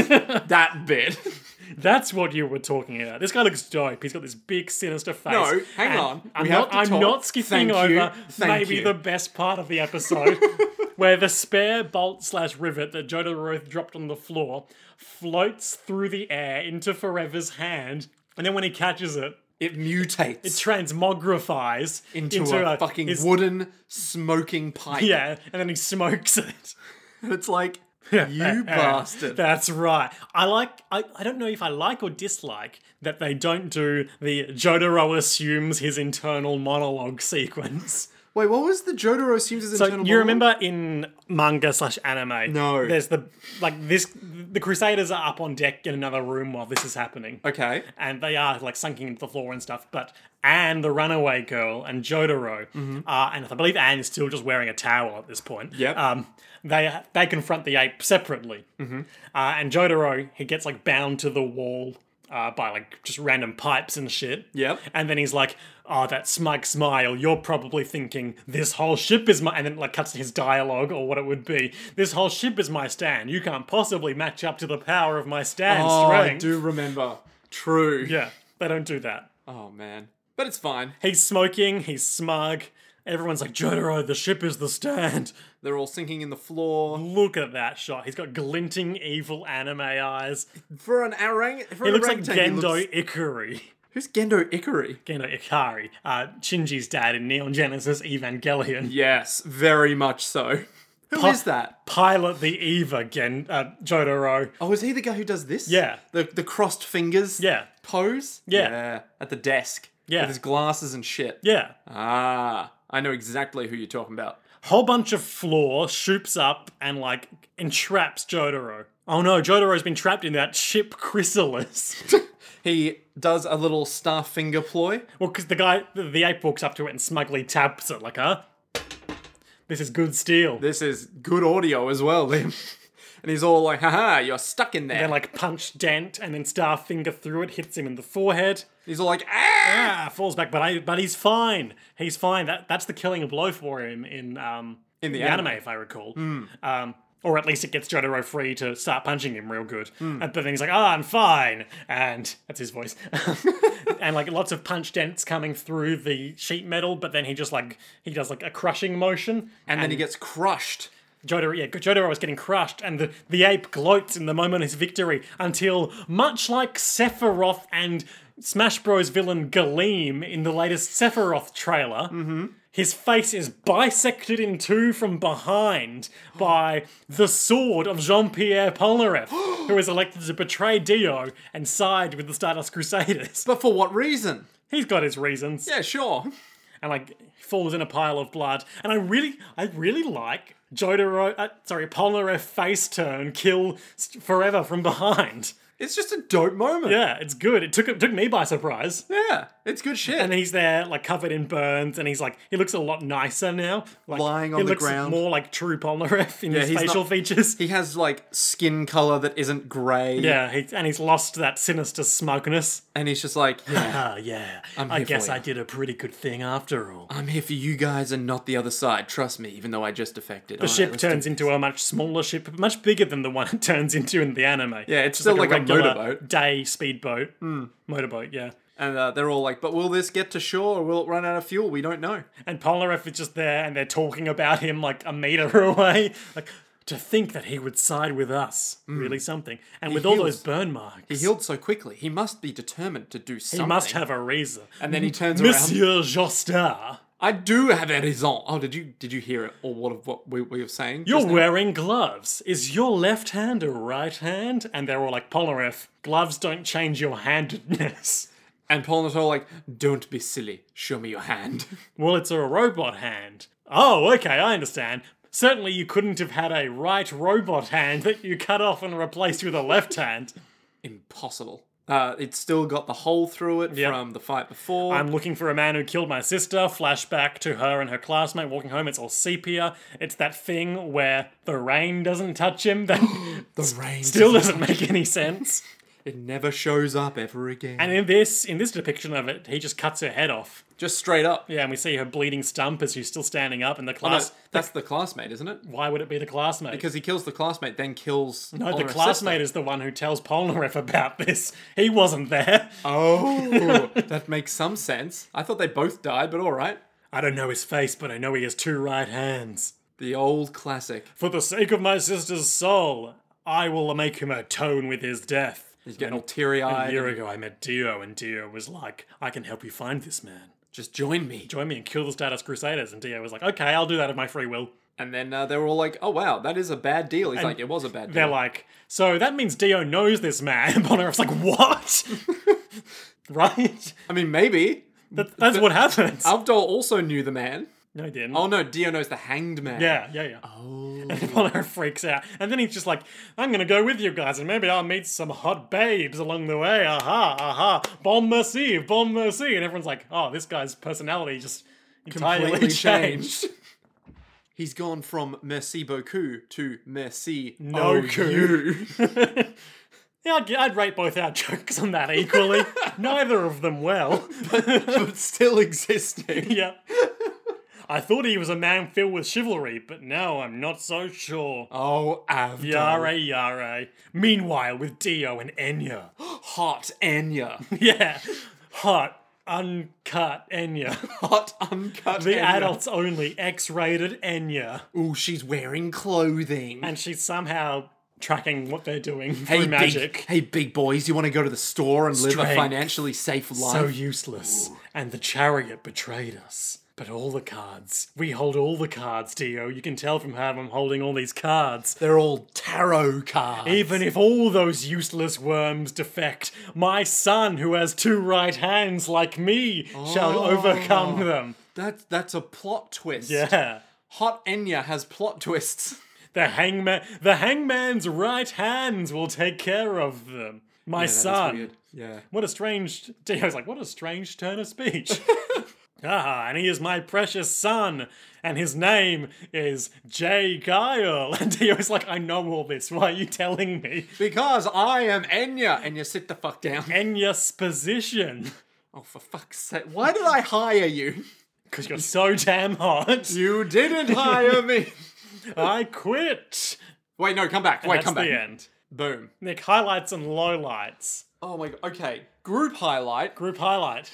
Speaker 2: that bit.
Speaker 1: That's what you were talking about. This guy looks dope. He's got this big, sinister face.
Speaker 2: No, hang
Speaker 1: And
Speaker 2: on.
Speaker 1: I'm
Speaker 2: We
Speaker 1: not.
Speaker 2: have to
Speaker 1: I'm
Speaker 2: talk.
Speaker 1: not skipping
Speaker 2: Thank you.
Speaker 1: over
Speaker 2: Thank
Speaker 1: maybe
Speaker 2: you.
Speaker 1: the best part of the
Speaker 2: [laughs]
Speaker 1: episode, where the spare bolt slash rivet that Jodorowsky dropped on the floor floats through the air into Forever's hand, and then when he catches it,
Speaker 2: It mutates
Speaker 1: transmogrifies
Speaker 2: into, a, fucking
Speaker 1: his-
Speaker 2: wooden smoking pipe.
Speaker 1: Yeah, and then he smokes it.
Speaker 2: And
Speaker 1: [laughs]
Speaker 2: it's like you bastard.
Speaker 1: That's right. I like. I, I don't know if I like or dislike that they don't do the Jotaro assumes his internal monologue sequence.
Speaker 2: Wait, what was the Jotaro assumes his
Speaker 1: So
Speaker 2: [laughs] internal?
Speaker 1: you
Speaker 2: monologue?
Speaker 1: remember in manga slash anime?
Speaker 2: No.
Speaker 1: There's the like this. The Crusaders are up on deck in another room while this is happening.
Speaker 2: Okay.
Speaker 1: And they are like sunken into the floor and stuff, but Anne, the runaway girl, and Jotaro, uh, and I believe Anne is still just wearing a towel at this point.
Speaker 2: Mm-hmm. Yep.
Speaker 1: Um, they they confront the ape separately, mm-hmm. uh, and Jotaro he gets like bound to the wall uh, by like just random pipes and shit.
Speaker 2: Yep.
Speaker 1: And then he's like, "Oh, that smug smile. You're probably thinking this whole ship is my." And then like cuts to his dialogue or what it would be. This whole ship is my stand. You can't possibly match up to the power of my stand
Speaker 2: Oh, I
Speaker 1: strength."
Speaker 2: do remember. True.
Speaker 1: Yeah, they don't do that.
Speaker 2: Oh man. But it's fine.
Speaker 1: He's smoking, he's smug, Everyone's like, Jotaro, the ship is the stand.
Speaker 2: They're all sinking in the floor.
Speaker 1: Look at that shot. He's got glinting evil anime eyes.
Speaker 2: For an orang, for
Speaker 1: He
Speaker 2: an
Speaker 1: looks like
Speaker 2: orangutan,
Speaker 1: Gendo
Speaker 2: he looks-
Speaker 1: Ikari.
Speaker 2: who's Gendo Ikari?
Speaker 1: Gendo Ikari, uh, Shinji's dad in Neon Genesis Evangelion.
Speaker 2: Yes, very much so. Who is
Speaker 1: Pa-
Speaker 2: that?
Speaker 1: Pilot the Eva, Gen- uh, Jotaro.
Speaker 2: Oh, is he the guy who does this?
Speaker 1: Yeah.
Speaker 2: The the crossed fingers.
Speaker 1: Yeah,
Speaker 2: Pose.
Speaker 1: Yeah.
Speaker 2: At the desk.
Speaker 1: Yeah.
Speaker 2: With his glasses and shit.
Speaker 1: yeah.
Speaker 2: Ah, I know exactly who you're talking about.
Speaker 1: Whole bunch of floor shoops up and like entraps Jotaro. Oh no, Jotaro's been trapped in that ship chrysalis. [laughs]
Speaker 2: He does a little star finger ploy.
Speaker 1: well, because the guy, the, the ape walks up to it and smugly taps it like, huh? This is good steel.
Speaker 2: This is good audio as well, Liam. [laughs] And he's all like, haha, you're stuck in there.
Speaker 1: And like punch dent and then star finger through it hits him in the forehead.
Speaker 2: He's all like, ah!
Speaker 1: Ah, falls back, but I but he's fine. He's fine. That that's the killing blow for him in um
Speaker 2: In the Hmm.
Speaker 1: anime, if I recall. Um, or at least it gets Jotaro free to start punching him real good.
Speaker 2: Hmm.
Speaker 1: And but then he's like, "Ah, I'm fine," and that's his voice. [laughs] and like lots of punch dents coming through the sheet metal, but then he just like he does like a crushing motion,
Speaker 2: And then he gets crushed.
Speaker 1: Jotaro, yeah, Jotaro is getting crushed, and the, the ape gloats in the moment of his victory until, much like Sephiroth and Smash Bros. villain Galeem in the latest Sephiroth trailer, his face is bisected in two from behind by the sword of Jean Pierre Polnareff, who is elected to betray Dio and side with the Stardust Crusaders. [laughs]
Speaker 2: But for what reason?
Speaker 1: He's got his reasons
Speaker 2: Yeah, sure.
Speaker 1: and like falls in a pile of blood. And I really, I really like Jotaro, uh, sorry, Polnareff face turn, kill st- forever from behind. [laughs]
Speaker 2: It's just a dope moment.
Speaker 1: Yeah, it's good. It took it took me by surprise.
Speaker 2: Yeah, it's good shit.
Speaker 1: And he's there, like covered in burns, and he's like, he looks a lot nicer now. Like,
Speaker 2: Lying on
Speaker 1: he
Speaker 2: the
Speaker 1: looks
Speaker 2: ground.
Speaker 1: more like true Polnareff in his
Speaker 2: he's
Speaker 1: facial
Speaker 2: not-
Speaker 1: features. [laughs]
Speaker 2: he has like skin color that isn't gray.
Speaker 1: yeah, he, and he's lost that sinister smugness.
Speaker 2: And he's just like, yeah,
Speaker 1: Ah, yeah.
Speaker 2: I'm
Speaker 1: I
Speaker 2: here for
Speaker 1: guess
Speaker 2: you.
Speaker 1: I did a pretty good thing after all.
Speaker 2: I'm here for you guys and not the other side. Trust me, even though I just defected.
Speaker 1: The ship turns into a much smaller ship, much bigger than the one [laughs] it turns into in the anime.
Speaker 2: Yeah, it's still like a Hmm.
Speaker 1: regular
Speaker 2: motorboat.
Speaker 1: day speedboat, motorboat. Yeah,
Speaker 2: And uh, they're all like, but will this get to shore or will it run out of fuel? We don't know.
Speaker 1: and Polnareff is just there, and they're talking about him like a meter [laughs] away. Like to think that he would side with us, really something. And with all those
Speaker 2: heals.
Speaker 1: burn marks,
Speaker 2: Hmm. He healed so quickly. He must be determined to do something.
Speaker 1: he must have a reason.
Speaker 2: And then he turns around.
Speaker 1: Monsieur Jostar,
Speaker 2: I do have a raison. Oh, did you did you hear it or what of what we, we were saying?
Speaker 1: you're
Speaker 2: just now?
Speaker 1: wearing gloves. Is your left hand a right hand? And they're all like, Polnareff, gloves don't change your handedness.
Speaker 2: and Paul is all like, don't be silly. Show me your hand. [laughs]
Speaker 1: Well, it's a robot hand. Oh, okay, I understand. Certainly, you couldn't have had a right robot hand that you cut off and replaced with a left hand.
Speaker 2: Impossible. Uh, it's still got the hole through it from the fight before.
Speaker 1: I'm looking for a man who killed my sister. Flashback to her and her classmate walking home. It's all sepia. It's that thing where the rain doesn't touch him. That
Speaker 2: the rain
Speaker 1: still doesn't make any sense.
Speaker 2: It never shows up ever again.
Speaker 1: And in this, in this depiction of it, he just cuts her head off.
Speaker 2: just straight up.
Speaker 1: Yeah, and we see her bleeding stump as she's still standing up. And the class.
Speaker 2: That's, that's the classmate, isn't it?
Speaker 1: why would it be the classmate?
Speaker 2: Because he kills the classmate, then kills.
Speaker 1: No, the classmate is the one who tells Polnareff about this. He wasn't there. [laughs]
Speaker 2: Oh, that makes some sense. I thought they both died, but all right.
Speaker 1: I don't know his face, but I know he has two right hands.
Speaker 2: The old classic.
Speaker 1: For the sake of my sister's soul, I will make him atone with his death.
Speaker 2: He's getting all
Speaker 1: A
Speaker 2: teary-eyed.
Speaker 1: year ago, I met Dio, and Dio was like, I can help you find this man.
Speaker 2: Just join me.
Speaker 1: Join me and kill the Stardust Crusaders. And Dio was like, okay, I'll do that of my free will.
Speaker 2: And then uh, they were all like, "Oh wow, that is a bad deal." He's like, "It was a bad
Speaker 1: They're
Speaker 2: deal."
Speaker 1: like, so that means Dio knows this man. [laughs] And Polnareff's like, what? [laughs] right?
Speaker 2: I mean, maybe
Speaker 1: That, that's what happens.
Speaker 2: Avdol also knew the man.
Speaker 1: no, he didn't.
Speaker 2: Oh no, Dio knows the hanged man.
Speaker 1: Yeah, yeah, yeah.
Speaker 2: Oh. [laughs]
Speaker 1: [laughs] And Apollo freaks out. And then he's just like, I'm going to go with you guys, and maybe I'll meet some hot babes along the way. Aha, aha. Bon merci, bon merci. And everyone's like, oh, this guy's personality just entirely [laughs]
Speaker 2: Completely
Speaker 1: changed.
Speaker 2: changed. He's gone from merci beaucoup to merci
Speaker 1: No
Speaker 2: au
Speaker 1: coup.
Speaker 2: you. [laughs]
Speaker 1: Yeah, I'd, I'd rate both our [laughs] jokes on that
Speaker 2: [laughs]
Speaker 1: equally. Neither of them well. [laughs]
Speaker 2: but still existing.
Speaker 1: yeah. I thought he was a man filled with chivalry, but now I'm not so sure.
Speaker 2: Oh, Avdol.
Speaker 1: Yare, yare. [gasps] Meanwhile, with Dio and Enya.
Speaker 2: Hot Enya. [laughs]
Speaker 1: Yeah. Hot uncut Enya. [laughs]
Speaker 2: Hot, uncut.
Speaker 1: The
Speaker 2: Enya.
Speaker 1: adults only, X rated Enya.
Speaker 2: Ooh, she's wearing clothing.
Speaker 1: And she's somehow tracking what they're doing
Speaker 2: hey,
Speaker 1: through magic.
Speaker 2: Big, hey, big boys, you want to go to the store and live a
Speaker 1: Strength.
Speaker 2: financially safe life?
Speaker 1: So useless. And the chariot betrayed us. But all the cards. We hold all the cards, Dio. You can tell from how I'm holding all these cards.
Speaker 2: They're all tarot cards.
Speaker 1: Even if all those useless worms defect, my son, who has two right hands like me, shall
Speaker 2: Oh.
Speaker 1: overcome them.
Speaker 2: That, that's a plot twist.
Speaker 1: Yeah.
Speaker 2: Hot Enya has plot twists. [laughs]
Speaker 1: The hangman, the hangman's right hands will take care of them. My son.
Speaker 2: Yeah.
Speaker 1: What a strange. [laughs] I was like, what a strange turn of
Speaker 2: [laughs]
Speaker 1: speech. ah, and he is my precious son, and his name is Jay Guile. [laughs] And he was like, I know all this. Why are you telling me? [laughs]
Speaker 2: Because I am Enya. Enya, sit the fuck down.
Speaker 1: Enya's position. [laughs]
Speaker 2: Oh, for fuck's sake. Why did I hire you?
Speaker 1: Because you're so damn
Speaker 2: [laughs]
Speaker 1: hot.
Speaker 2: You didn't hire
Speaker 1: [laughs]
Speaker 2: me.
Speaker 1: I quit.
Speaker 2: Wait, no, come back. Wait,
Speaker 1: That's
Speaker 2: come back.
Speaker 1: the end.
Speaker 2: Boom.
Speaker 1: Nick, highlights and lowlights.
Speaker 2: Oh my god. Okay. Group highlight.
Speaker 1: Group highlight.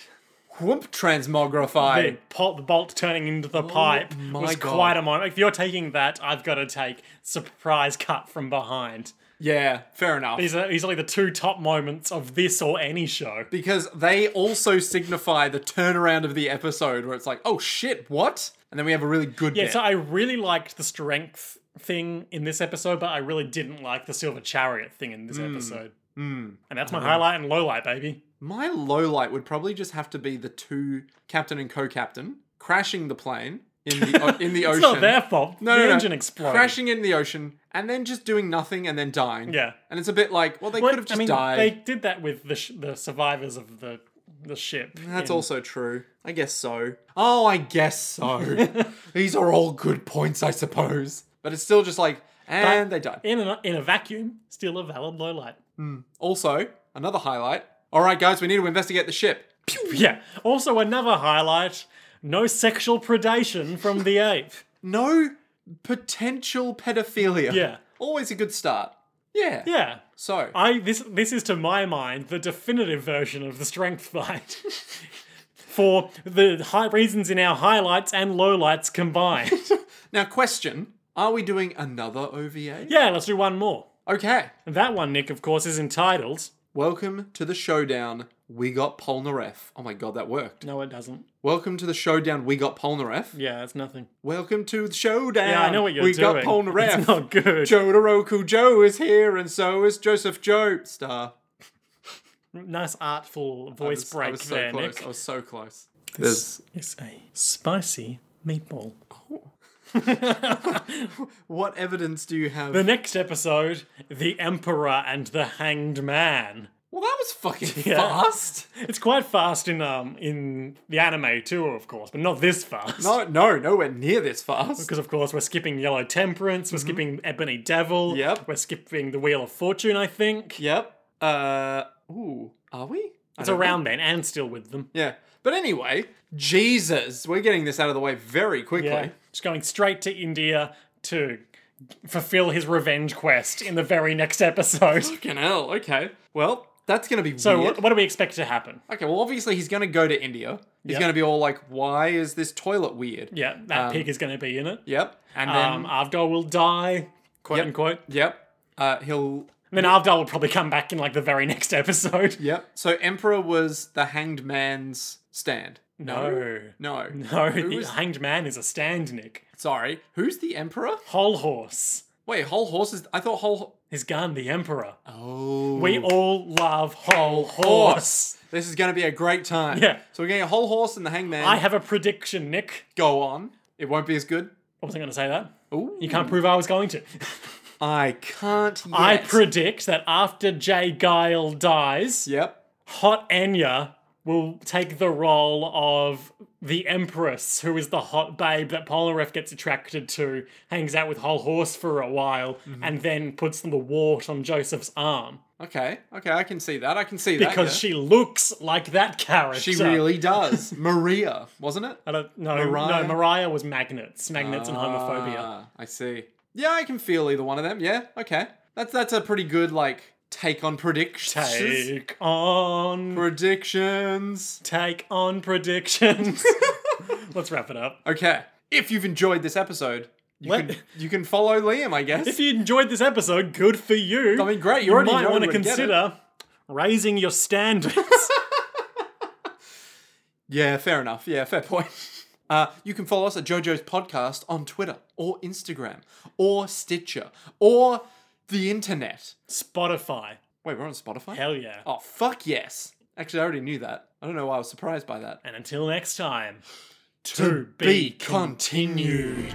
Speaker 2: Whoop transmogrify.
Speaker 1: The, pol- the bolt turning into the pipe
Speaker 2: Oh my
Speaker 1: was
Speaker 2: God.
Speaker 1: quite a moment. If you're taking that, I've got to take surprise cut from behind.
Speaker 2: Yeah, fair enough.
Speaker 1: These are easily the two top moments of this or any show.
Speaker 2: Because they also signify the turnaround of the episode where it's like, oh shit, what? And then we have a really good
Speaker 1: Yeah,
Speaker 2: bit.
Speaker 1: so I really liked the strength thing in this episode, but I really didn't like the silver chariot thing in this
Speaker 2: Hmm.
Speaker 1: episode. And that's my highlight and low light, baby.
Speaker 2: My low light would probably just have to be the two captain and co-captain crashing the plane in the o- in the ocean.
Speaker 1: [laughs] It's not their fault.
Speaker 2: No,
Speaker 1: the
Speaker 2: no, no.
Speaker 1: engine exploded.
Speaker 2: Crashing in the ocean and then just doing nothing and then dying.
Speaker 1: Yeah.
Speaker 2: And it's a bit like, well, they
Speaker 1: But,
Speaker 2: could have
Speaker 1: I
Speaker 2: just
Speaker 1: mean,
Speaker 2: died.
Speaker 1: they did that with the, sh- the survivors of the the
Speaker 2: [laughs]
Speaker 1: ship.
Speaker 2: That's also true. I guess so. Oh, I guess so.
Speaker 1: [laughs]
Speaker 2: These are all good points, I suppose. But it's still just like, and they died.
Speaker 1: in a, in a vacuum, still a valid low light. [laughs]
Speaker 2: Also, another highlight. All right, guys, we need to investigate the ship.
Speaker 1: Yeah. Also, another highlight: no sexual predation from the ape.
Speaker 2: No potential pedophilia.
Speaker 1: Yeah.
Speaker 2: Always a good start. Yeah.
Speaker 1: Yeah.
Speaker 2: So,
Speaker 1: I this this is to my mind the definitive version of the strength fight.
Speaker 2: [laughs]
Speaker 1: For the high reasons in our highlights and lowlights combined.
Speaker 2: [laughs] now question Are we doing another OVA?
Speaker 1: yeah, let's do one more.
Speaker 2: Okay.
Speaker 1: And that one, Nick, of course, is entitled.
Speaker 2: Welcome to the showdown. We got Polnareff. Oh my god, that worked.
Speaker 1: No, it doesn't.
Speaker 2: Welcome to the showdown. We got Polnareff.
Speaker 1: Yeah, it's nothing.
Speaker 2: Welcome to the showdown.
Speaker 1: Yeah, I know what you're
Speaker 2: we
Speaker 1: doing. [laughs]
Speaker 2: got Polnareff.
Speaker 1: It's not good.
Speaker 2: Jodoroku Joe is here, and so is Joseph Joe. Star.
Speaker 1: nice artful voice break
Speaker 2: I was so
Speaker 1: there,
Speaker 2: close.
Speaker 1: Nick.
Speaker 2: I was so close. There's
Speaker 1: It's a spicy meatball.
Speaker 2: what evidence do you have?
Speaker 1: The next episode, The Emperor and the Hanged Man.
Speaker 2: well, that was fucking
Speaker 1: [laughs] Yeah.
Speaker 2: fast.
Speaker 1: It's quite fast in um in the anime too, of course, but not this fast.
Speaker 2: No, no, nowhere near this fast.
Speaker 1: Because of course we're skipping Yellow Temperance, we're skipping Ebony Devil,
Speaker 2: Mm-hmm. Yep.
Speaker 1: we're skipping the Wheel of Fortune, I think.
Speaker 2: Yep. Uh. Ooh. Are we? I
Speaker 1: It's
Speaker 2: don't know.
Speaker 1: around then, and still with them.
Speaker 2: Yeah. But anyway, Jesus, we're getting this out of the way very quickly.
Speaker 1: Yeah. Just going straight to India to fulfill his revenge quest in the very next
Speaker 2: [laughs]
Speaker 1: episode.
Speaker 2: Fucking hell. Okay. Well, that's gonna be
Speaker 1: so
Speaker 2: weird.
Speaker 1: what, what do we expect to happen?
Speaker 2: Okay, well, obviously he's going to go to India. He's
Speaker 1: Yep.
Speaker 2: going to be all like, "Why is this toilet weird?"
Speaker 1: Yeah, that pig is gonna be in it.
Speaker 2: Yep. And Um, then,
Speaker 1: Um Avdol will die, quote
Speaker 2: Yep.
Speaker 1: unquote.
Speaker 2: yep. Uh, he'll.
Speaker 1: And then Avdol will probably come back in like the very next
Speaker 2: [laughs]
Speaker 1: episode.
Speaker 2: Yep. So Emperor was the Hanged Man's stand.
Speaker 1: No.
Speaker 2: No.
Speaker 1: No, the [laughs]
Speaker 2: was-
Speaker 1: hanged man is a stand, Nick.
Speaker 2: Sorry. Who's the Emperor?
Speaker 1: Whole horse.
Speaker 2: Wait, whole horse is. I thought whole.
Speaker 1: His gun, the emperor.
Speaker 2: Oh.
Speaker 1: We all love whole horse.
Speaker 2: This is going to be a great time.
Speaker 1: Yeah.
Speaker 2: So we're getting a whole horse and the Hangman.
Speaker 1: I have a prediction, Nick.
Speaker 2: go on. It won't be as good.
Speaker 1: I wasn't going to say that.
Speaker 2: Ooh.
Speaker 1: You can't prove I was going to. [laughs]
Speaker 2: I can't. Yet.
Speaker 1: I predict that after Jay Guile dies,
Speaker 2: Yep.
Speaker 1: Hot Enya will take the role of the Empress, who is the hot babe that Polnareff gets attracted to, hangs out with Whole Horse for a while, and then puts the wart on Joseph's arm.
Speaker 2: Okay. Okay. I can see that. I can see
Speaker 1: [laughs]
Speaker 2: that.
Speaker 1: Because
Speaker 2: yeah.
Speaker 1: she looks like that character.
Speaker 2: She
Speaker 1: [laughs]
Speaker 2: really does. Maria, wasn't it?
Speaker 1: I don't know.
Speaker 2: Mariah?
Speaker 1: No, Mariah was magnets, magnets and homophobia.
Speaker 2: Ah, I see. Yeah, I can feel either one of them. Yeah, okay. That's that's a pretty good like take on predictions.
Speaker 1: Take on,
Speaker 2: Predictions.
Speaker 1: take on predictions. [laughs] Let's wrap it up.
Speaker 2: Okay. If you've enjoyed this episode, you,
Speaker 1: Let-
Speaker 2: can, you can follow Liam, I guess.
Speaker 1: If you enjoyed this episode, good for you.
Speaker 2: I mean, great. You,
Speaker 1: you
Speaker 2: already
Speaker 1: might
Speaker 2: know
Speaker 1: want to
Speaker 2: where get it.
Speaker 1: consider raising your standards. [laughs]
Speaker 2: Yeah, fair enough. Yeah, fair point. [laughs] Uh, you can follow us at JoJo's Podcast on Twitter or Instagram or Stitcher or the internet.
Speaker 1: Spotify.
Speaker 2: Wait, we're on Spotify?
Speaker 1: Hell yeah.
Speaker 2: Oh, fuck yes. Actually, I already knew that. I don't know why I was surprised by that.
Speaker 1: And until next time,
Speaker 2: To be continued.